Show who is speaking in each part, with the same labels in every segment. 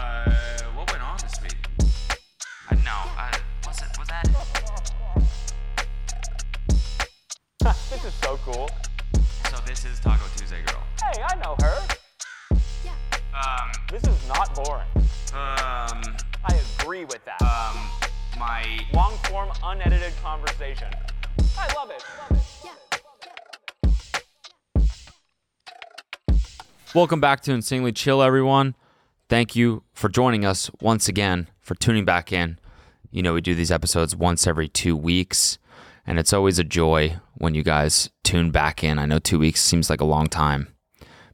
Speaker 1: Uh, what went on this week? I no, I was it was that
Speaker 2: This is so cool.
Speaker 1: so this is Taco Tuesday girl.
Speaker 2: Hey, I know her.
Speaker 1: Um
Speaker 2: This is not boring.
Speaker 1: um
Speaker 2: I agree with that.
Speaker 1: um my
Speaker 2: Long form, unedited conversation. I love it. Love it.
Speaker 1: Welcome back to Insanely Chill everyone. Thank you for joining us once again, for tuning back in. You know, we do these episodes once every 2 weeks, and it's always a joy when you guys tune back in. I know 2 weeks seems like a long time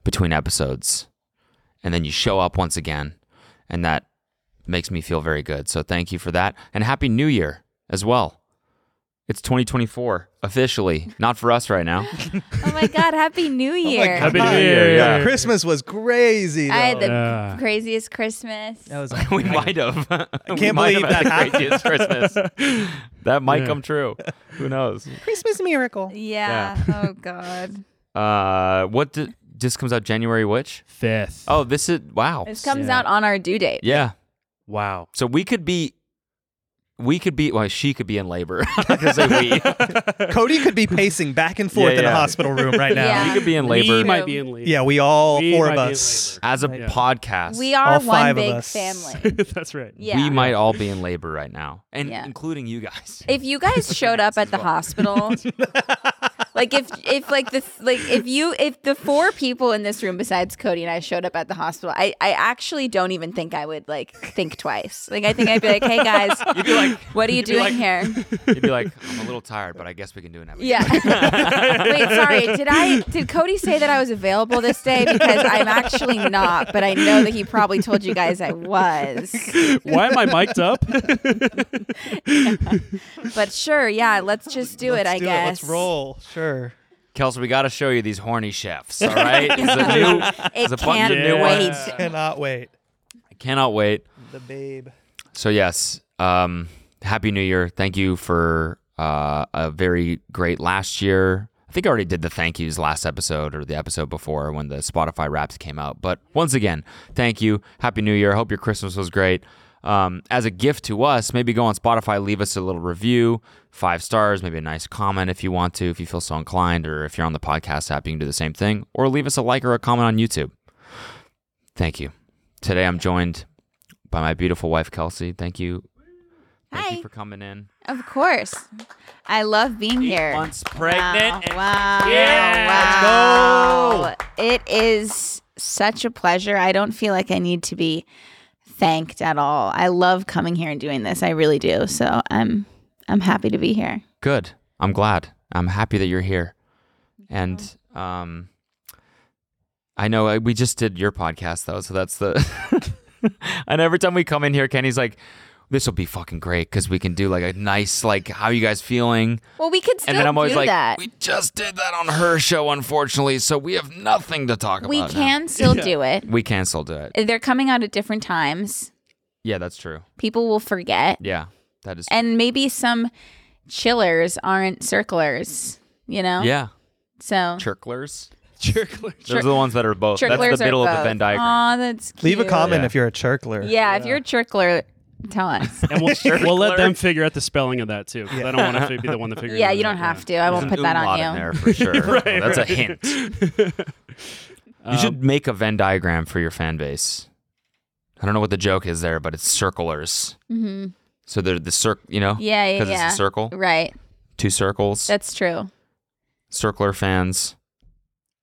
Speaker 1: between episodes. And then you show up once again, and that makes me feel very good. So thank you for that. And happy new year as well. It's 2024 officially, not for us right now.
Speaker 3: Oh my God! Happy New Year!
Speaker 4: Happy
Speaker 5: New
Speaker 4: New
Speaker 5: Year,
Speaker 4: Year,
Speaker 5: yeah.
Speaker 4: yeah.
Speaker 5: Christmas was crazy. Though.
Speaker 3: I had the
Speaker 4: Yeah.
Speaker 3: craziest Christmas.
Speaker 5: that was
Speaker 1: we might have. I
Speaker 5: can't believe that happened.
Speaker 1: craziest Christmas. That might
Speaker 4: Yeah.
Speaker 1: come true. Who knows?
Speaker 5: Christmas miracle.
Speaker 3: Yeah. Oh God.
Speaker 1: Uh, what did this comes out January? Which?
Speaker 4: Fifth.
Speaker 1: Oh, this is wow.
Speaker 3: This comes
Speaker 4: Yeah.
Speaker 3: out on our due date.
Speaker 1: Yeah.
Speaker 4: wow.
Speaker 1: So we could be, we could be. Well, she could be in labor. I was gonna say we.
Speaker 5: Cody could be pacing back and forth
Speaker 1: Yeah,
Speaker 5: in a
Speaker 1: yeah.
Speaker 5: hospital room right now.
Speaker 3: Yeah.
Speaker 1: We could be in labor
Speaker 4: We might be in league.
Speaker 5: Yeah, we all
Speaker 4: We
Speaker 5: four
Speaker 4: might
Speaker 5: of
Speaker 4: be in
Speaker 5: us.
Speaker 1: as a
Speaker 4: Yeah.
Speaker 1: podcast.
Speaker 3: We are
Speaker 5: All
Speaker 3: one
Speaker 5: five of
Speaker 3: big
Speaker 5: us.
Speaker 3: family.
Speaker 4: labor. That's right.
Speaker 3: Yeah.
Speaker 1: We might all be in labor right now, and
Speaker 3: Yeah.
Speaker 1: including you guys.
Speaker 3: if you guys showed up at the hospital, like if if like the like if you if the four people in this room besides Cody and I showed up at the hospital, I I actually don't even think I would like think twice. Like I think I'd be like, hey guys,
Speaker 1: You'd be like,
Speaker 3: what are you
Speaker 1: you'd be
Speaker 3: doing
Speaker 1: like-
Speaker 3: here?
Speaker 1: You'd be like, I'm a little tired, but I guess we can do an episode.
Speaker 3: Yeah. Wait, sorry. Did I did Cody say that I was available this day? Because I'm actually not, but I know that he probably told you guys I was.
Speaker 4: Why am I mic'd up?
Speaker 3: But sure, yeah, let's just do it,
Speaker 5: Let's
Speaker 3: I
Speaker 5: do
Speaker 3: guess.
Speaker 5: Let's roll. Sure.
Speaker 1: Kels, we got to show you these horny chefs. All right, it's a new,
Speaker 3: It
Speaker 1: it's a bunch
Speaker 3: can't
Speaker 1: of new
Speaker 3: wait.
Speaker 1: ones.
Speaker 5: Cannot wait.
Speaker 1: I cannot wait.
Speaker 5: The babe.
Speaker 1: So yes, um, happy New Year. Thank you for uh, a very great last year. I think I already did the thank yous last episode or the episode before when the Spotify Wrapped came out. But once again, thank you. Happy New Year. Hope your Christmas was great. Um, as a gift to us, maybe go on Spotify, leave us a little review, five stars, maybe a nice comment if you want to, if you feel so inclined, or if you're on the podcast app, you can do the same thing, or leave us a like or a comment on YouTube. Thank you. Today I'm joined by my beautiful wife Kelsey. Thank you. Thank
Speaker 3: Hi.
Speaker 1: you for coming in.
Speaker 3: Of course. I love being here.
Speaker 1: Months
Speaker 3: Wow.
Speaker 1: pregnant.
Speaker 3: Wow.
Speaker 1: Yeah.
Speaker 3: Wow. It is such a pleasure. I don't feel like I need to be thanked at all. I love coming here and doing this. I really do. So I'm I'm happy to be here.
Speaker 1: Good. I'm glad. I'm happy that you're here. And um I know uh, we just did your podcast though, so that's the And every time we come in here Kenny's like this will be fucking great cuz we can do like a nice like how you guys feeling?
Speaker 3: Well, we could still
Speaker 1: and then I'm always
Speaker 3: do
Speaker 1: like
Speaker 3: that.
Speaker 1: we just did that on her show unfortunately, so we have nothing to talk
Speaker 3: We
Speaker 1: about. now."
Speaker 3: can still do it.
Speaker 1: We canceled it.
Speaker 3: They're coming out at different times.
Speaker 1: Yeah, that's true.
Speaker 3: People will forget.
Speaker 1: Yeah. That is
Speaker 3: And maybe some chillers aren't circlers, you know?
Speaker 1: Yeah.
Speaker 3: So
Speaker 1: Chirklers.
Speaker 4: Chirklers.
Speaker 1: Those are the ones that are both.
Speaker 3: chirklers
Speaker 1: That's the middle
Speaker 3: are
Speaker 1: of the Venn diagram.
Speaker 3: Oh, that's cute.
Speaker 5: Leave a comment
Speaker 1: Yeah.
Speaker 5: if you're a chirkler.
Speaker 3: Yeah, if you're a chirkler, tell us.
Speaker 4: And we'll, we'll let them figure out the spelling of that too. 'cause I don't want to be the one to figure it
Speaker 3: yeah,
Speaker 4: out.
Speaker 3: you don't have to. I won't
Speaker 1: There's
Speaker 3: Oh, put
Speaker 1: an
Speaker 3: that
Speaker 1: umlaut in
Speaker 3: on you.
Speaker 1: there for sure. That's a hint. you should make a Venn diagram for your fan base. I don't know what the joke is there, but it's circlers.
Speaker 3: Mm-hmm.
Speaker 1: So they're the circle, you know?
Speaker 3: Yeah, yeah,
Speaker 1: Because
Speaker 3: yeah.
Speaker 1: it's a circle.
Speaker 3: Right.
Speaker 1: Two circles.
Speaker 3: That's true.
Speaker 1: circler fans.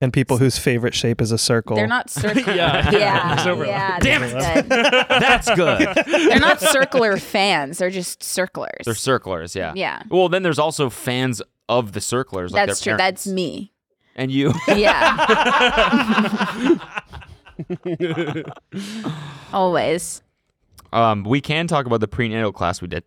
Speaker 5: And people whose favorite shape is a circle.
Speaker 3: They're not circler.
Speaker 4: Yeah.
Speaker 3: Yeah.
Speaker 4: There's
Speaker 3: yeah
Speaker 4: overlap.
Speaker 3: Damn it. Good.
Speaker 1: That's good.
Speaker 3: They're not circler fans. They're just circlers.
Speaker 1: they're circlers, yeah.
Speaker 3: Yeah.
Speaker 1: Well, then there's also fans of the circlers. Like
Speaker 3: That's
Speaker 1: their
Speaker 3: true.
Speaker 1: parents.
Speaker 3: That's me.
Speaker 1: and you.
Speaker 3: Yeah. Always.
Speaker 1: Um, we can talk about the prenatal class we did.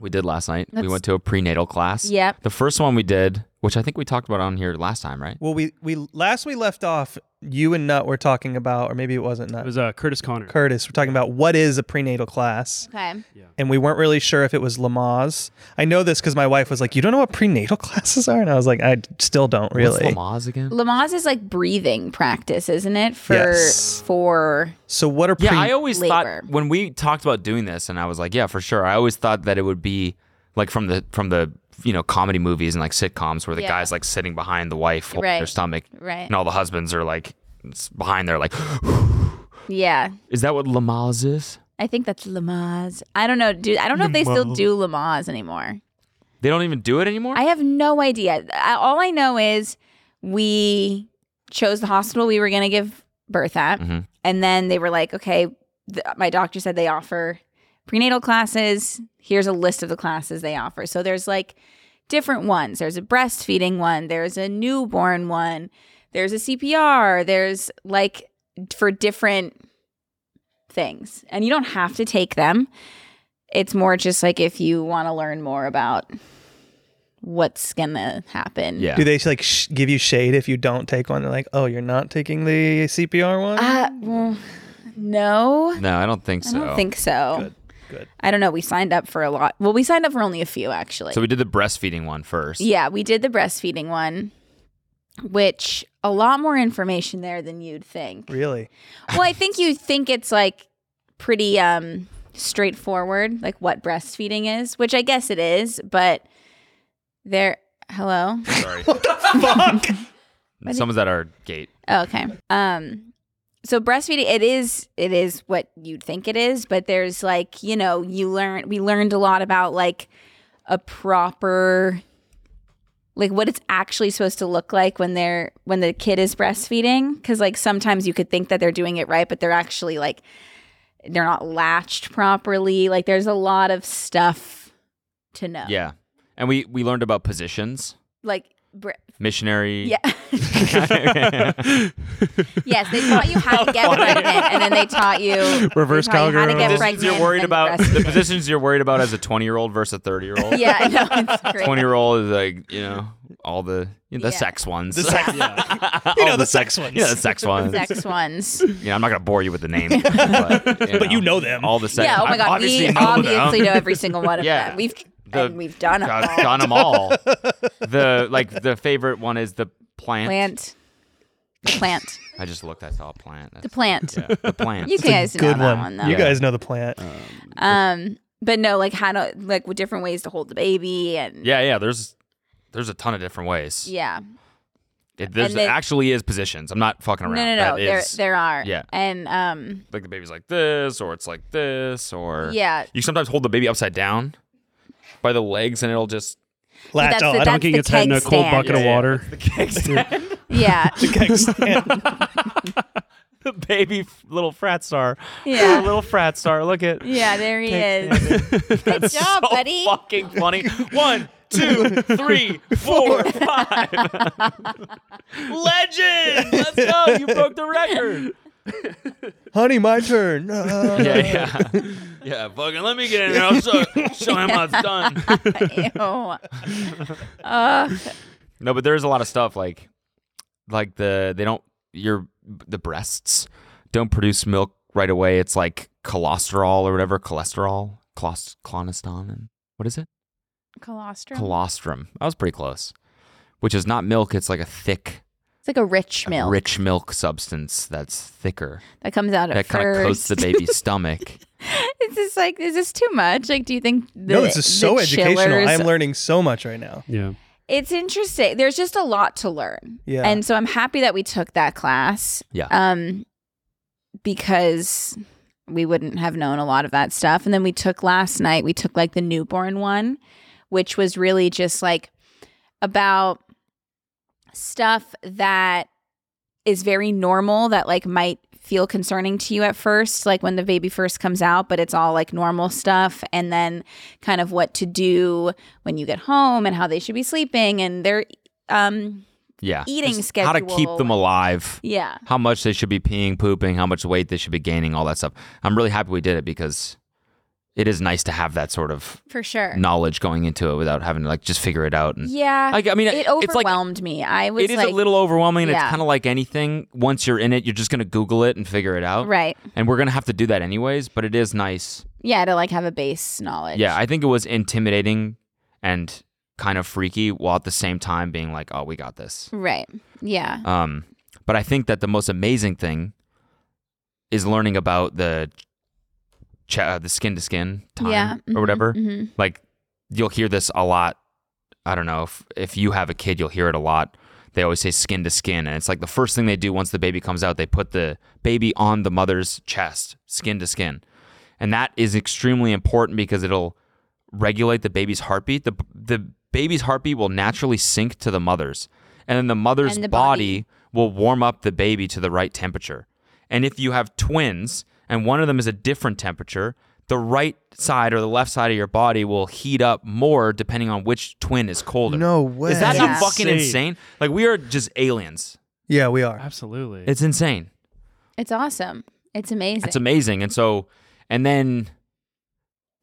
Speaker 1: We did last night. we
Speaker 3: That's-
Speaker 1: went to a prenatal class.
Speaker 3: Yep.
Speaker 1: The first one we did, which I think we talked about on here last time, right?
Speaker 5: Well, we we last we left off, you and Nut were talking about, or maybe it wasn't Nut.
Speaker 4: It was uh, Curtis Connor.
Speaker 5: Curtis. We're talking about what is a prenatal class,
Speaker 3: Okay.
Speaker 5: and we weren't really sure if it was Lamaze. I know this because my wife was like, "You don't know what prenatal classes are," and I was like, "I still don't really."
Speaker 1: What's Lamaze again?
Speaker 3: Lamaze is like breathing practice, isn't it? For
Speaker 5: Yes.
Speaker 3: for
Speaker 5: so what are
Speaker 1: Yeah,
Speaker 5: pre-
Speaker 1: I always
Speaker 3: labor.
Speaker 1: thought when we talked about doing this, and I was like, yeah, for sure. I always thought that it would be like from the from the you know comedy movies and like sitcoms where the
Speaker 3: Yeah.
Speaker 1: guys like sitting behind the wife holding
Speaker 3: Right.
Speaker 1: their stomach,
Speaker 3: Right.
Speaker 1: and all the husbands are like s- behind there, like,
Speaker 3: yeah.
Speaker 1: is that what Lamaze is?
Speaker 3: I think that's Lamaze. I don't know, dude. I don't know if they still do Lamaze anymore.
Speaker 1: They don't even do it anymore.
Speaker 3: I have no idea. I, all I know is we chose the hospital we were going to give birth at.
Speaker 1: Mhm.
Speaker 3: And then they were like, okay, th- my doctor said they offer prenatal classes. Here's a list of the classes they offer. So there's like different ones there's a breastfeeding one, there's a newborn one, there's a CPR, there's like for different things. And you don't have to take them. It's more just like if you want to learn more about what's gonna happen.
Speaker 1: yeah.
Speaker 5: do they like sh- give you shade if you don't take one? They're like, "Oh, you're not taking the CPR one."
Speaker 3: Uh, well, no,
Speaker 1: no, I don't think
Speaker 3: I
Speaker 1: so.
Speaker 3: don't think so.
Speaker 5: Good, good.
Speaker 3: I don't know. We signed up for a lot. Well, we signed up for only a few actually.
Speaker 1: so we did the breastfeeding one first.
Speaker 3: yeah, we did the breastfeeding one, which a lot more information there than you'd think.
Speaker 5: really?
Speaker 3: Well, I think you think it's like pretty um straightforward, like what breastfeeding is, which I guess it is, but there. Hello.
Speaker 1: Sorry.
Speaker 5: Fuck.
Speaker 1: Someone's at our gate.
Speaker 3: Oh, Okay. Um so breastfeeding it is it is what you'd think it is, but there's like, you know, you learn we learned a lot about like a proper like what it's actually supposed to look like when they're when the kid is breastfeeding cuz like sometimes you could think that they're doing it right, but they're actually like they're not latched properly. Like there's a lot of stuff to know.
Speaker 1: Yeah. And we we learned about positions,
Speaker 3: Like bre-
Speaker 1: missionary.
Speaker 3: yeah. yes, they taught you how to get pregnant, and then they taught you
Speaker 5: Reverse
Speaker 3: they taught you how to
Speaker 5: cowgirl.
Speaker 3: get
Speaker 5: Positions
Speaker 3: pregnant.
Speaker 1: Positions you're worried
Speaker 3: and
Speaker 1: about
Speaker 3: breastfeed.
Speaker 1: the positions you're worried about as a 20 year old versus a 30 year old.
Speaker 3: Yeah, I know it's great.
Speaker 1: 20 year old is like, you know, all the you know, the
Speaker 3: Yeah.
Speaker 1: sex ones.
Speaker 5: The sex- You know the sex ones.
Speaker 1: yeah, the sex ones.
Speaker 3: sex ones.
Speaker 1: Yeah, I'm not going to bore you with the name. But you,
Speaker 5: But you know them.
Speaker 1: All the sex
Speaker 3: Yeah. Oh my
Speaker 1: I
Speaker 3: god.
Speaker 1: Obviously
Speaker 3: we
Speaker 1: know
Speaker 3: obviously
Speaker 1: them.
Speaker 3: know every single one of
Speaker 1: Yeah.
Speaker 3: them. We've
Speaker 1: The-
Speaker 3: and we've done them.
Speaker 1: I've done them all. The like the favorite one is the plant.
Speaker 3: Plant. The plant.
Speaker 1: I just looked. I saw a plant.
Speaker 3: The plant.
Speaker 1: Yeah, the plant.
Speaker 3: You guys know
Speaker 5: Good
Speaker 3: that
Speaker 5: one.
Speaker 3: one though.
Speaker 5: You
Speaker 1: Yeah. Uh,
Speaker 5: guys know the plant.
Speaker 3: Um, but no, like how to like with different ways to hold the baby and
Speaker 1: yeah, yeah. There's there's a ton of different ways.
Speaker 3: yeah.
Speaker 1: It, there's
Speaker 3: And then-
Speaker 1: actually is positions. I'm not fucking around.
Speaker 3: No, no, no.
Speaker 1: That
Speaker 3: there,
Speaker 1: is-
Speaker 3: there are.
Speaker 1: Yeah.
Speaker 3: And um,
Speaker 1: like the baby's like this, or it's like this, or
Speaker 3: yeah.
Speaker 1: You sometimes hold the baby upside down by the legs, and it'll just
Speaker 5: Latch
Speaker 3: that's
Speaker 5: on.
Speaker 3: the-
Speaker 5: I don't-
Speaker 4: Dunking
Speaker 3: the
Speaker 4: its head in a
Speaker 3: keg
Speaker 4: cold
Speaker 3: stand.
Speaker 4: bucket of
Speaker 1: Yeah, yeah.
Speaker 4: water.
Speaker 3: Yeah.
Speaker 1: the baby little frat star.
Speaker 3: Yeah.
Speaker 1: little frat star. Look at Oh,
Speaker 3: Yeah, there he is. Good job, buddy.
Speaker 1: fucking funny. One, two, three, four, five. Legend. Let's go. You broke the record.
Speaker 5: Honey, my turn. Uh,
Speaker 1: Yeah, yeah, yeah. Fucking let me get in there. I'll show, show him how it's done.
Speaker 3: Ew.
Speaker 1: No, but there's a lot of stuff like like the they don't your the breasts don't produce milk right away. It's like cholesterol or whatever, cholesterol, colos, cloniston and what is it?
Speaker 3: Colostrum.
Speaker 1: Colostrum. I was pretty close. Which is not milk, it's like a thick
Speaker 3: it's like a rich milk
Speaker 1: rich milk substance that's thicker.
Speaker 3: that comes out
Speaker 1: that
Speaker 3: at
Speaker 1: kind of coats
Speaker 3: first.
Speaker 1: the baby's stomach.
Speaker 3: It's just like, is this too much? Like, do you think the,
Speaker 5: no, this is so
Speaker 3: the
Speaker 5: educational.
Speaker 3: chillers-
Speaker 5: I'm learning so much right now.
Speaker 4: Yeah.
Speaker 3: it's interesting. There's just a lot to learn,
Speaker 5: Yeah.
Speaker 3: and so I'm happy that we took that class.
Speaker 1: Yeah.
Speaker 3: Um, because we wouldn't have known a lot of that stuff, and then we took last night. We took like the newborn one, which was really just like about stuff that is very normal that like might feel concerning to you at first, like when the baby first comes out, but it's all like normal stuff. And then kind of what to do when you get home and how they should be sleeping and their um,
Speaker 1: Yeah.
Speaker 3: eating
Speaker 1: Just How to keep
Speaker 3: schedule.
Speaker 1: them alive.
Speaker 3: yeah.
Speaker 1: How much they should be peeing, pooping, how much weight they should be gaining, all that stuff. I'm really happy we did it because it is nice to have that sort of
Speaker 3: For sure.
Speaker 1: knowledge going into it without having to like just figure it out. And
Speaker 3: Yeah.
Speaker 1: Like, I mean,
Speaker 3: it
Speaker 1: it's like-
Speaker 3: overwhelmed me. I was
Speaker 1: it is
Speaker 3: like,
Speaker 1: a little overwhelming. and It's
Speaker 3: Yeah.
Speaker 1: kind of like anything. Once you're in it, you're just going to Google it and figure it out.
Speaker 3: right.
Speaker 1: And we're going to have to do that anyways, but it is nice.
Speaker 3: Yeah, to like have a base knowledge.
Speaker 1: Yeah, I think it was intimidating and kind of freaky while at the same time being like, oh, we got this.
Speaker 3: right. Yeah.
Speaker 1: Um, but I think that the most amazing thing is learning about the ch- uh, the skin to skin time
Speaker 3: yeah.
Speaker 1: or whatever.
Speaker 3: hmm
Speaker 1: Like you'll hear this a lot. I don't know if if you have a kid, you'll hear it a lot. They always say skin to skin, and it's like the first thing they do once the baby comes out, they put the baby on the mother's chest, skin to skin, and that is extremely important because it'll regulate the baby's heartbeat. the The baby's heartbeat will naturally sync to the mother's, and then the mother's
Speaker 3: And the
Speaker 1: body,
Speaker 3: body.
Speaker 1: will warm up the baby to the right temperature. And if you have twins and one of them is a different temperature, the right side or the left side of your body will heat up more depending on which twin is colder.
Speaker 5: No way.
Speaker 1: Is that
Speaker 3: Yeah.
Speaker 1: not fucking
Speaker 4: Insane.
Speaker 1: insane? Like we are just aliens.
Speaker 5: Yeah, we are.
Speaker 4: Absolutely.
Speaker 1: It's insane.
Speaker 3: It's awesome. It's amazing.
Speaker 1: It's amazing. And so, and then,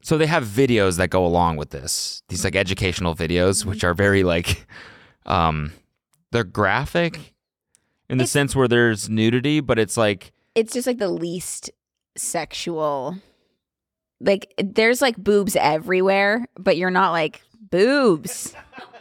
Speaker 1: so they have videos that go along with this. These like educational videos, which are very like, um, they're graphic in the
Speaker 3: It's-
Speaker 1: sense where there's nudity, but it's like,
Speaker 3: it's just like the least sexual. Like there's like boobs everywhere, but you're not like boobs.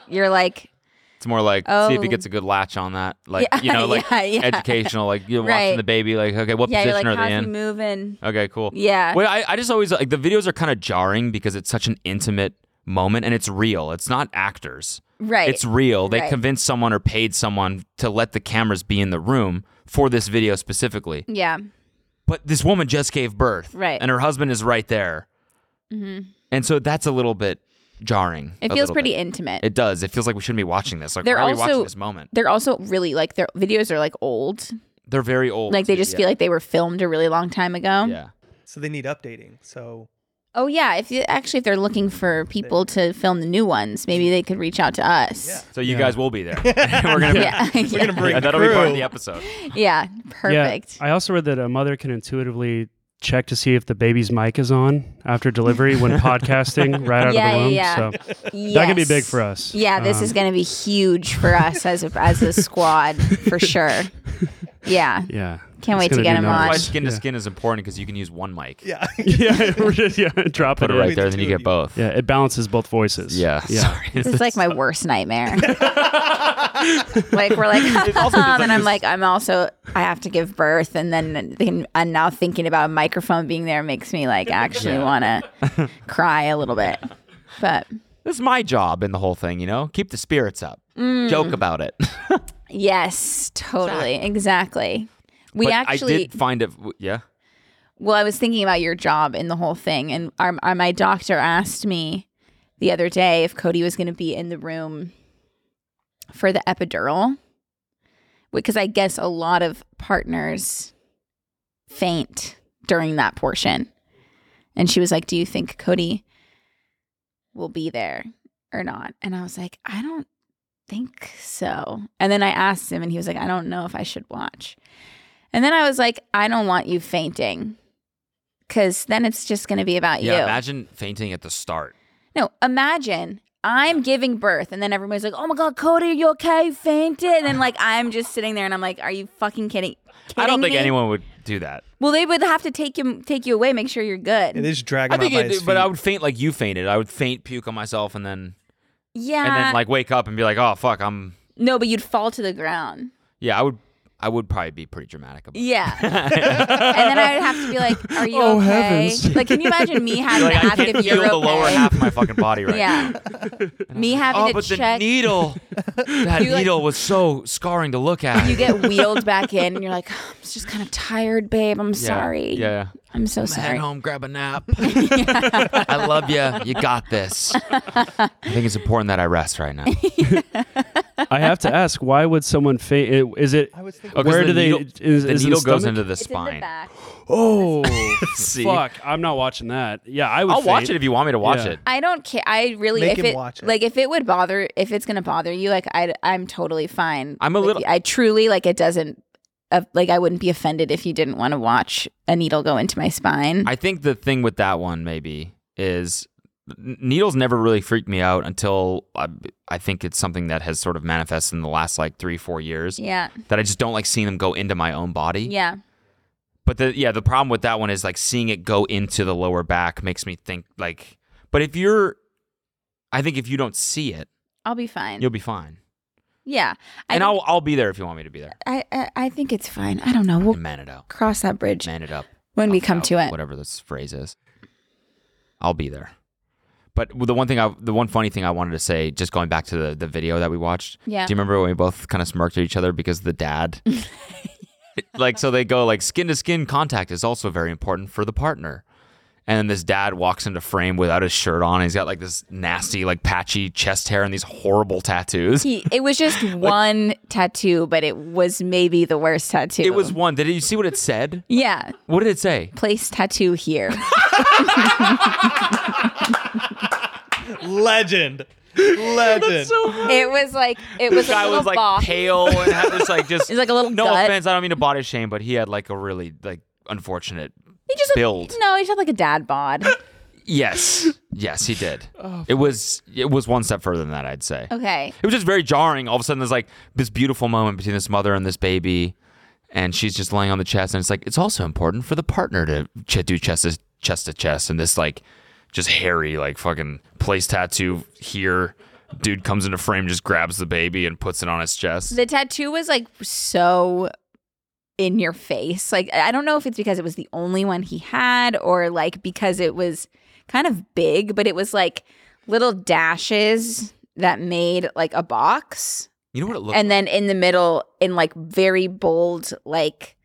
Speaker 3: You're like
Speaker 1: It's more like see if
Speaker 3: Oh.
Speaker 1: he gets a good latch on that, like
Speaker 3: Yeah,
Speaker 1: you know, like
Speaker 3: yeah, yeah.
Speaker 1: educational, like you're watching
Speaker 3: Right.
Speaker 1: the baby, like okay, what
Speaker 3: yeah, you're
Speaker 1: position
Speaker 3: like
Speaker 1: are they
Speaker 3: how's he
Speaker 1: in?
Speaker 3: moving?
Speaker 1: Okay, cool.
Speaker 3: Yeah.
Speaker 1: Well, I, I just always like the videos are kind of jarring because it's such an intimate moment and it's real. It's not actors.
Speaker 3: Right.
Speaker 1: It's real. They
Speaker 3: Right.
Speaker 1: convinced someone or paid someone to let the cameras be in the room for this video specifically.
Speaker 3: yeah.
Speaker 1: But this woman just gave birth,
Speaker 3: Right.
Speaker 1: And her husband is right there, mm-hmm. and so that's a little bit jarring.
Speaker 3: It
Speaker 1: a
Speaker 3: feels
Speaker 1: little
Speaker 3: pretty
Speaker 1: bit.
Speaker 3: intimate.
Speaker 1: It does. It feels like we shouldn't be watching this. Like,
Speaker 3: They're
Speaker 1: why are we
Speaker 3: also-
Speaker 1: watching this moment?
Speaker 3: They're also really like their videos are like old.
Speaker 1: They're very old.
Speaker 3: Like they
Speaker 1: too,
Speaker 3: just
Speaker 1: yeah.
Speaker 3: feel like they were filmed a really long time ago.
Speaker 1: Yeah.
Speaker 5: So they need updating. So
Speaker 3: Oh yeah, if you, actually if they're looking for people to film the new ones, maybe they could reach out to us.
Speaker 5: Yeah.
Speaker 1: So you guys will be there. we're gonna be,
Speaker 3: Yeah.
Speaker 5: we're gonna bring.
Speaker 1: and that'll be part of
Speaker 5: crew.
Speaker 1: the episode.
Speaker 3: yeah, perfect.
Speaker 4: I also read that a mother can intuitively check to see if the baby's mic is on after delivery when podcasting right out
Speaker 3: Yeah,
Speaker 4: of the
Speaker 3: yeah,
Speaker 4: womb.
Speaker 3: yeah.
Speaker 4: So that can be
Speaker 3: Yes.
Speaker 4: big for us.
Speaker 3: Yeah, this
Speaker 4: Um,
Speaker 3: is going to be huge for us as a, as a squad for sure. Yeah,
Speaker 4: Yeah.
Speaker 3: Can't wait
Speaker 4: It's
Speaker 3: to
Speaker 4: gonna
Speaker 3: get
Speaker 4: do
Speaker 3: him
Speaker 4: numbers.
Speaker 1: Why
Speaker 3: on.
Speaker 1: skin to skin is important because you can use one mic.
Speaker 5: Yeah.
Speaker 4: yeah, we're just- yeah, drop
Speaker 1: Put it
Speaker 4: in.
Speaker 1: right there,
Speaker 5: the
Speaker 1: and then
Speaker 5: two
Speaker 1: you
Speaker 5: of
Speaker 1: get
Speaker 5: you.
Speaker 1: both.
Speaker 4: Yeah, it balances both voices.
Speaker 1: Yeah.
Speaker 4: yeah.
Speaker 1: Sorry.
Speaker 3: this is like my worst nightmare. like we're like, and I'm like, I'm also I have to give birth, and then then- and now thinking about a microphone being there makes me like actually
Speaker 1: Yeah.
Speaker 3: want to cry a little bit. But
Speaker 1: This is my job in the whole thing. You know, keep the spirits up.
Speaker 3: Mm.
Speaker 1: Joke about it.
Speaker 3: yes, totally, exactly. We
Speaker 1: But
Speaker 3: actually
Speaker 1: I did find it. Yeah.
Speaker 3: Well, I was thinking about your job in the whole thing, and our, our, my doctor asked me the other day if Cody was going to be in the room for the epidural, because I guess a lot of partners faint during that portion. And she was like, "Do you think Cody will be there or not?" And I was like, "I don't think so." And then I asked him, and he was like, "I don't know if I should watch." And then I was like, I don't want you fainting. Cause then it's just gonna be about
Speaker 1: Yeah.
Speaker 3: you.
Speaker 1: Imagine fainting at the start.
Speaker 3: no, imagine I'm giving birth and then everybody's like, Oh my god, Cody, are you okay? You fainted. And then like I'm just sitting there and I'm like, Are you fucking kidding?
Speaker 1: I don't
Speaker 3: kidding
Speaker 1: think
Speaker 3: me?
Speaker 1: anyone would do that.
Speaker 3: Well, they would have to take him take you away, make sure you're good.
Speaker 5: And they just drag
Speaker 1: I
Speaker 5: him
Speaker 1: think,
Speaker 5: out by
Speaker 1: it,
Speaker 5: his
Speaker 1: but I
Speaker 5: feet.
Speaker 1: would faint like you fainted. I would faint, puke on myself, and then
Speaker 3: yeah.
Speaker 1: and then like wake up and be like, oh fuck, I'm.
Speaker 3: no, but you'd fall to the ground.
Speaker 1: Yeah, I would. I would probably be pretty dramatic about. it.
Speaker 3: Yeah. and then I would have to be like, Are you
Speaker 4: Oh,
Speaker 3: okay?
Speaker 4: heavens.
Speaker 3: Like, can you imagine me having
Speaker 1: Like,
Speaker 3: to
Speaker 1: I
Speaker 3: ask
Speaker 1: can't
Speaker 3: if
Speaker 1: feel
Speaker 3: you're
Speaker 1: the
Speaker 3: okay?
Speaker 1: lower half of my fucking body right now.
Speaker 3: yeah. me having
Speaker 1: Oh,
Speaker 3: to
Speaker 1: but the
Speaker 3: check
Speaker 1: needle, that
Speaker 3: You, like-
Speaker 1: needle was so scarring to look at.
Speaker 3: you get wheeled back in and you're like, I'm just kind of tired, babe. I'm
Speaker 1: Yeah,
Speaker 3: sorry.
Speaker 1: Yeah,
Speaker 3: I'm so
Speaker 1: Head
Speaker 3: sorry.
Speaker 1: home, grab a nap. I love you. You got this. I think it's important that I rest right now.
Speaker 4: I have to ask, why would someone faint? Is it
Speaker 5: was thinking-
Speaker 1: Oh, 'cause
Speaker 4: where
Speaker 1: the
Speaker 4: do they?
Speaker 1: needle-
Speaker 4: is,
Speaker 1: the
Speaker 4: is it
Speaker 1: needle goes
Speaker 4: stomach?
Speaker 1: into the
Speaker 3: It's in the
Speaker 1: spine.
Speaker 3: back.
Speaker 4: Oh,
Speaker 1: See?
Speaker 4: fuck! I'm not watching that. Yeah, I would.
Speaker 1: I'll watch
Speaker 4: faint.
Speaker 1: it if you want me to watch
Speaker 4: Yeah.
Speaker 1: it.
Speaker 3: I don't care. I really,
Speaker 5: Make
Speaker 3: if
Speaker 5: him
Speaker 3: it,
Speaker 5: watch it.
Speaker 3: like, if it would bother, if it's gonna bother you, like, I, I'm totally fine.
Speaker 1: I'm a
Speaker 3: with
Speaker 1: little-
Speaker 3: you. I truly like it doesn't. Uh, like, I wouldn't be offended if you didn't want to watch a needle go into my spine.
Speaker 1: I think the thing with that one maybe is n- needles never really freaked me out until I, I think it's something that has sort of manifested in the last like three four years
Speaker 3: yeah,
Speaker 1: that I just don't like seeing them go into my own body.
Speaker 3: yeah.
Speaker 1: But the yeah the problem with that one is like seeing it go into the lower back makes me think like. But if you're, I think if you don't see it,
Speaker 3: I'll be fine.
Speaker 1: you'll be fine.
Speaker 3: yeah, I
Speaker 1: And
Speaker 3: think-
Speaker 1: I'll I'll be there if you want me to be there.
Speaker 3: I, I, I think it's fine. I don't know. We'll
Speaker 1: Man it out.
Speaker 3: cross that bridge
Speaker 1: Man it up.
Speaker 3: when we
Speaker 1: Up,
Speaker 3: come
Speaker 1: out,
Speaker 3: to it.
Speaker 1: Whatever this phrase is, I'll be there. But the one thing, I, the one funny thing I wanted to say, just going back to the, the video that we watched.
Speaker 3: Yeah.
Speaker 1: Do you remember when we both kind of smirked at each other because the dad, like, so they go like skin to skin contact is also very important for the partner. And then this dad walks into frame without his shirt on. And he's got like this nasty, like patchy chest hair and these horrible tattoos.
Speaker 3: He, it was just one tattoo, but it was maybe the worst tattoo.
Speaker 1: It was one. Did you see what it said?
Speaker 3: yeah.
Speaker 1: What did it say?
Speaker 3: Place tattoo here.
Speaker 5: Legend. Legend.
Speaker 3: it was like it was a
Speaker 1: guy
Speaker 3: little
Speaker 1: was like
Speaker 3: box.
Speaker 1: pale and had this like just
Speaker 3: He's like a little
Speaker 1: no
Speaker 3: gut.
Speaker 1: offense i don't mean to body shame but he had like a really like unfortunate
Speaker 3: He just
Speaker 1: build.
Speaker 3: No, he just had like a dad bod.
Speaker 1: yes yes he did it was it was one step further than that i'd say
Speaker 3: Okay.
Speaker 1: it was just very jarring all of a sudden there's like this beautiful moment between this mother and this baby and she's just laying on the chest and it's like it's also important for the partner to ch- do chest to chest to chest and this like just hairy like fucking place tattoo here dude comes into frame just grabs the baby and puts it on his chest
Speaker 3: The tattoo was like so in your face. Like I don't know if it's because it was the only one he had or like because it was kind of big, but it was like little dashes that made like a box.
Speaker 1: you know what it looked
Speaker 3: and then in the middle in like very bold like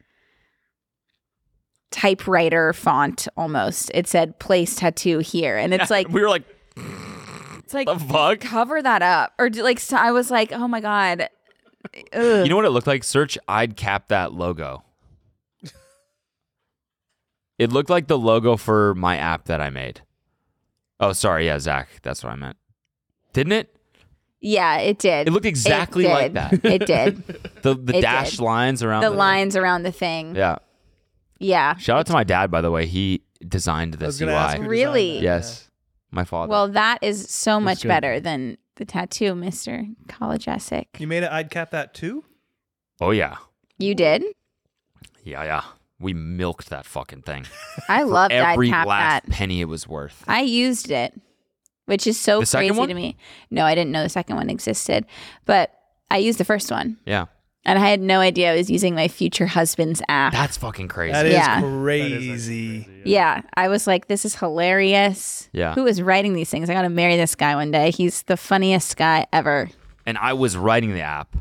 Speaker 3: typewriter font almost it said place tattoo here and it's like
Speaker 1: we were like
Speaker 3: it's like
Speaker 1: the fuck?
Speaker 3: cover that up or do, like so i was like oh my god
Speaker 1: You know what it looked like? Search I'd cap that logo. it looked like the logo for my app that I made. Oh, sorry. Yeah, Zach. That's what I meant. Didn't it?
Speaker 3: yeah it did
Speaker 1: It looked exactly
Speaker 3: did.
Speaker 1: like that.
Speaker 3: it did
Speaker 1: The the
Speaker 3: It
Speaker 1: dash
Speaker 3: did.
Speaker 1: lines around
Speaker 3: the lines around the thing
Speaker 1: Yeah.
Speaker 3: yeah,
Speaker 1: Shout out to my dad, by the way. He designed
Speaker 5: I was
Speaker 1: this UI.
Speaker 5: gonna ask who designed
Speaker 3: Really?
Speaker 5: that.
Speaker 1: yes. My father.
Speaker 3: well that is so much
Speaker 4: good.
Speaker 3: better than the tattoo mr college essex
Speaker 5: You made it. I'd cap that too.
Speaker 1: oh yeah.
Speaker 3: you did
Speaker 1: Yeah, yeah. We milked that fucking thing.
Speaker 3: i loved i
Speaker 1: Every
Speaker 3: cap that
Speaker 1: last penny it was worth.
Speaker 3: I used it, which is so
Speaker 1: The second
Speaker 3: crazy
Speaker 1: one?
Speaker 3: to me. No, I didn't know the second one existed, but I used the first one,
Speaker 1: Yeah.
Speaker 3: and I had no idea I was using my future husband's app.
Speaker 1: That's fucking crazy.
Speaker 5: That is
Speaker 3: Yeah.
Speaker 5: crazy.
Speaker 3: yeah, I was like, this is hilarious.
Speaker 1: Yeah.
Speaker 3: who is writing these things? I gotta marry this guy one day. He's the funniest guy ever.
Speaker 1: and I was writing the app,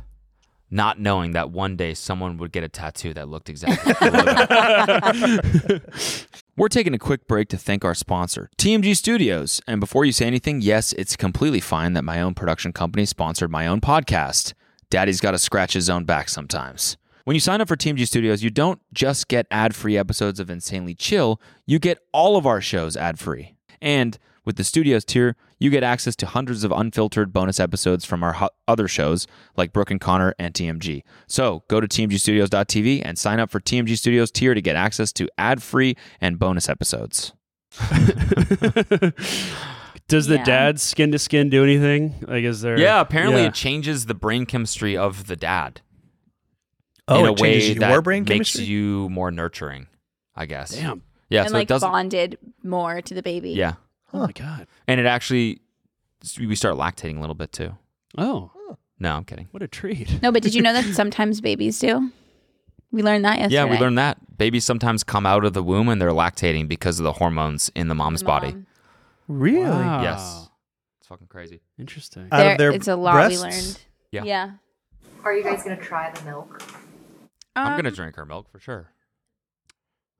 Speaker 1: not knowing that one day someone would get a tattoo that looked exactly. like the logo. We're taking a quick break to thank our sponsor, TMG Studios. And before you say anything, yes, it's completely fine that my own production company sponsored my own podcast. Daddy's got to scratch his own back sometimes. When you sign up for TMG Studios, you don't just get ad free episodes of Insanely Chill, you get all of our shows ad free. And with the Studios tier, you get access to hundreds of unfiltered bonus episodes from our ho- other shows like Brooke and Connor and TMG. So go to tmgstudios.tv and sign up for TMG Studios tier to get access to ad free and bonus episodes.
Speaker 4: Does the
Speaker 3: Yeah.
Speaker 4: dad's skin to skin do anything? Like, is there?
Speaker 1: Yeah, apparently
Speaker 4: Yeah.
Speaker 1: it changes the brain chemistry of the dad
Speaker 5: Oh,
Speaker 1: in
Speaker 5: it
Speaker 1: a way
Speaker 5: changes
Speaker 1: that
Speaker 5: your brain
Speaker 1: makes
Speaker 5: chemistry.
Speaker 1: you more nurturing, I guess.
Speaker 4: Damn.
Speaker 1: Yeah,
Speaker 3: and
Speaker 1: so
Speaker 3: like
Speaker 1: it doesn't.
Speaker 3: bonded more to the baby.
Speaker 1: Yeah,
Speaker 4: Oh my god.
Speaker 1: and it actually we start lactating a little bit too.
Speaker 4: Oh,
Speaker 1: No, I'm kidding.
Speaker 4: what a treat.
Speaker 3: No, but did you know that sometimes babies do? We learned that yesterday.
Speaker 1: Yeah, we learned that babies sometimes come out of the womb and they're lactating because of the hormones in the mom's body.
Speaker 3: Mom.
Speaker 5: really?
Speaker 1: Oh.
Speaker 4: Wow.
Speaker 1: Yes, it's fucking crazy.
Speaker 4: Interesting.
Speaker 5: Out of
Speaker 3: There-
Speaker 5: their
Speaker 3: it's a lot
Speaker 5: breasts?
Speaker 3: we learned.
Speaker 1: Yeah.
Speaker 3: yeah.
Speaker 6: Are you guys gonna try the milk?
Speaker 1: I'm gonna
Speaker 3: Um,
Speaker 1: drink her milk for sure.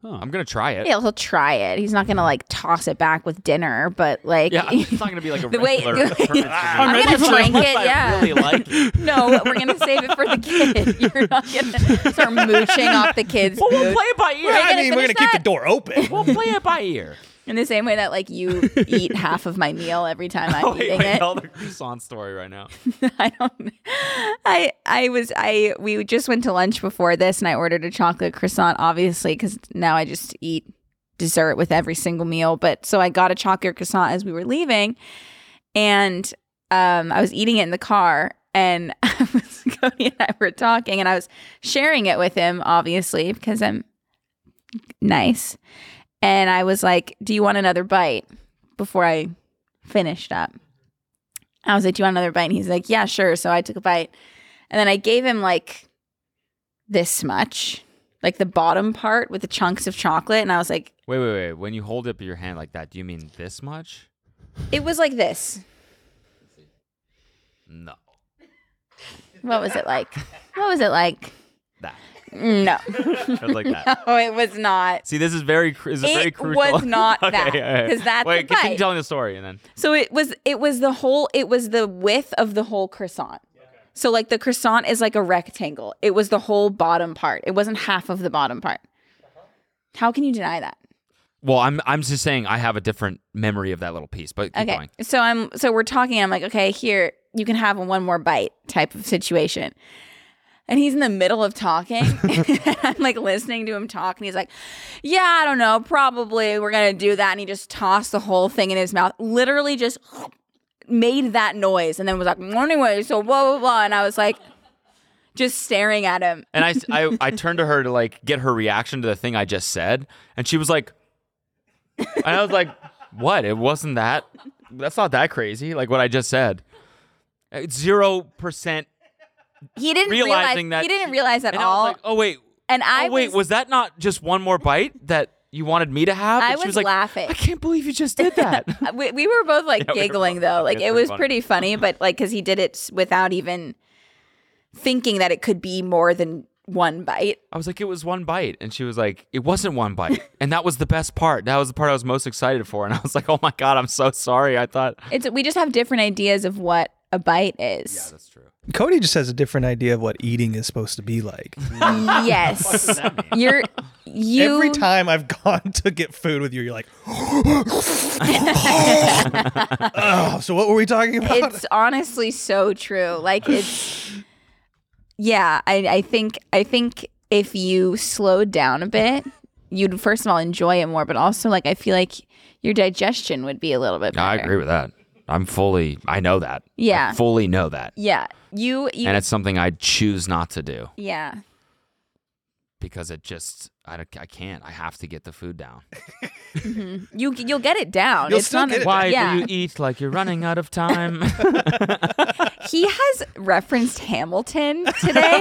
Speaker 4: Huh.
Speaker 1: I'm gonna try it.
Speaker 3: Yeah, he'll try it. He's not gonna like toss it back with dinner, but like,
Speaker 1: Yeah, it's not gonna be like a
Speaker 3: The way-
Speaker 1: regular. occurrence
Speaker 3: I'm
Speaker 1: to me.
Speaker 3: gonna drink it,
Speaker 1: I
Speaker 3: yeah.
Speaker 1: really like it.
Speaker 3: no, we're gonna save it for the kid. You're not gonna start mooching off the kids.
Speaker 1: Well, we'll
Speaker 3: food.
Speaker 1: play it by ear.
Speaker 3: We're
Speaker 5: I
Speaker 3: gonna
Speaker 5: mean, we're
Speaker 3: finish
Speaker 5: gonna keep the
Speaker 3: that.
Speaker 5: door open.
Speaker 1: We'll play it by ear.
Speaker 3: In the same way that like you eat half of my meal every time I'm
Speaker 1: Oh, wait,
Speaker 3: eating
Speaker 1: wait,
Speaker 3: it.
Speaker 1: tell the croissant story right now.
Speaker 3: I don't. I I was I we just went to lunch before this, and I ordered a chocolate croissant, obviously, because now I just eat dessert with every single meal. But so I got a chocolate croissant as we were leaving, and um, I was eating it in the car, and I was Cody and I were talking, and I was sharing it with him, obviously, because I'm nice, and I was like, "Do you want another bite?" Before I finished up. I was like, Do you want another bite? And he's like, Yeah, sure. So I took a bite. And then I gave him like this much, like the bottom part with the chunks of chocolate. And I was like,
Speaker 1: Wait, wait, wait. When you hold up your hand like that, do you mean this much?
Speaker 3: It was like this.
Speaker 1: No,
Speaker 3: What was it like? What was it like?
Speaker 1: that.
Speaker 3: No.
Speaker 1: That's like that.
Speaker 3: No, it was not.
Speaker 1: See, this is very, cru- this is very
Speaker 3: It
Speaker 1: crucial.
Speaker 3: was not
Speaker 1: Okay,
Speaker 3: that,
Speaker 1: all right.
Speaker 3: 'cause that's
Speaker 1: Wait,
Speaker 3: a
Speaker 1: continue
Speaker 3: bite.
Speaker 1: telling the story, and then
Speaker 3: So it was it was the whole it was the width of the whole croissant. So like the croissant is like a rectangle. It was the whole bottom part. It wasn't half of the bottom part. How can you deny that?
Speaker 1: Well, I'm I'm just saying I have a different memory of that little piece, but keep
Speaker 3: okay
Speaker 1: going.
Speaker 3: so i'm so we're talking i'm like okay here you can have a one more bite type of situation and he's in the middle of talking i'm like listening to him talk and he's like yeah i don't know probably we're gonna do that and he just tossed the whole thing in his mouth literally just made that noise and then was like "Well, anyway so blah blah blah and i was like just staring at him
Speaker 1: And I, s- I I turned to her to like get her reaction to the thing I just said, and she was like, and I was like, what? It wasn't that. That's not that crazy. Like what I just said. Uh, Zero percent.
Speaker 3: he didn't realize
Speaker 1: Realizing that
Speaker 3: he
Speaker 1: she-
Speaker 3: didn't realize at
Speaker 1: And
Speaker 3: all
Speaker 1: I was like, oh wait.
Speaker 3: and i
Speaker 1: oh wait, was, that not just one more bite that you wanted me to have?
Speaker 3: I
Speaker 1: And she
Speaker 3: was
Speaker 1: like,
Speaker 3: laughing.
Speaker 1: I can't believe you just did that.
Speaker 3: Uh, we, we were both like
Speaker 1: we were
Speaker 3: giggling
Speaker 1: both
Speaker 3: though
Speaker 1: laughing.
Speaker 3: like
Speaker 1: It's
Speaker 3: it
Speaker 1: pretty
Speaker 3: was
Speaker 1: funny.
Speaker 3: pretty funny but like because he did it s- without even thinking that it could be more than one bite
Speaker 1: I was like, it was one bite. And she was like, it wasn't one bite. And that was the best part. That was the part I was most excited for. And I was like, oh my God, I'm so sorry. I thought.
Speaker 3: it's we just have different ideas of what a bite is
Speaker 1: That's true.
Speaker 5: Cody just has a different idea of what eating is supposed to be like.
Speaker 3: yes you're you
Speaker 5: Every time I've gone to get food with you, you're like, oh, so what were we talking about?
Speaker 3: it's honestly so true like it's yeah I, I think i think if you slowed down a bit you'd first of all enjoy it more but also like i feel like your digestion would be a little bit better
Speaker 1: I agree with that. I'm fully, I know that.
Speaker 3: Yeah.
Speaker 1: I fully know that.
Speaker 3: yeah you you
Speaker 1: And it's something I choose not to do
Speaker 3: Yeah.
Speaker 1: because it just, I, don't- I can't. I have to get the food down.
Speaker 3: You you'll get it down.
Speaker 5: You'll
Speaker 3: it's
Speaker 5: still
Speaker 3: not
Speaker 5: get it
Speaker 1: Why
Speaker 3: yeah.
Speaker 1: do you eat like you're running out of time?
Speaker 3: He has referenced Hamilton today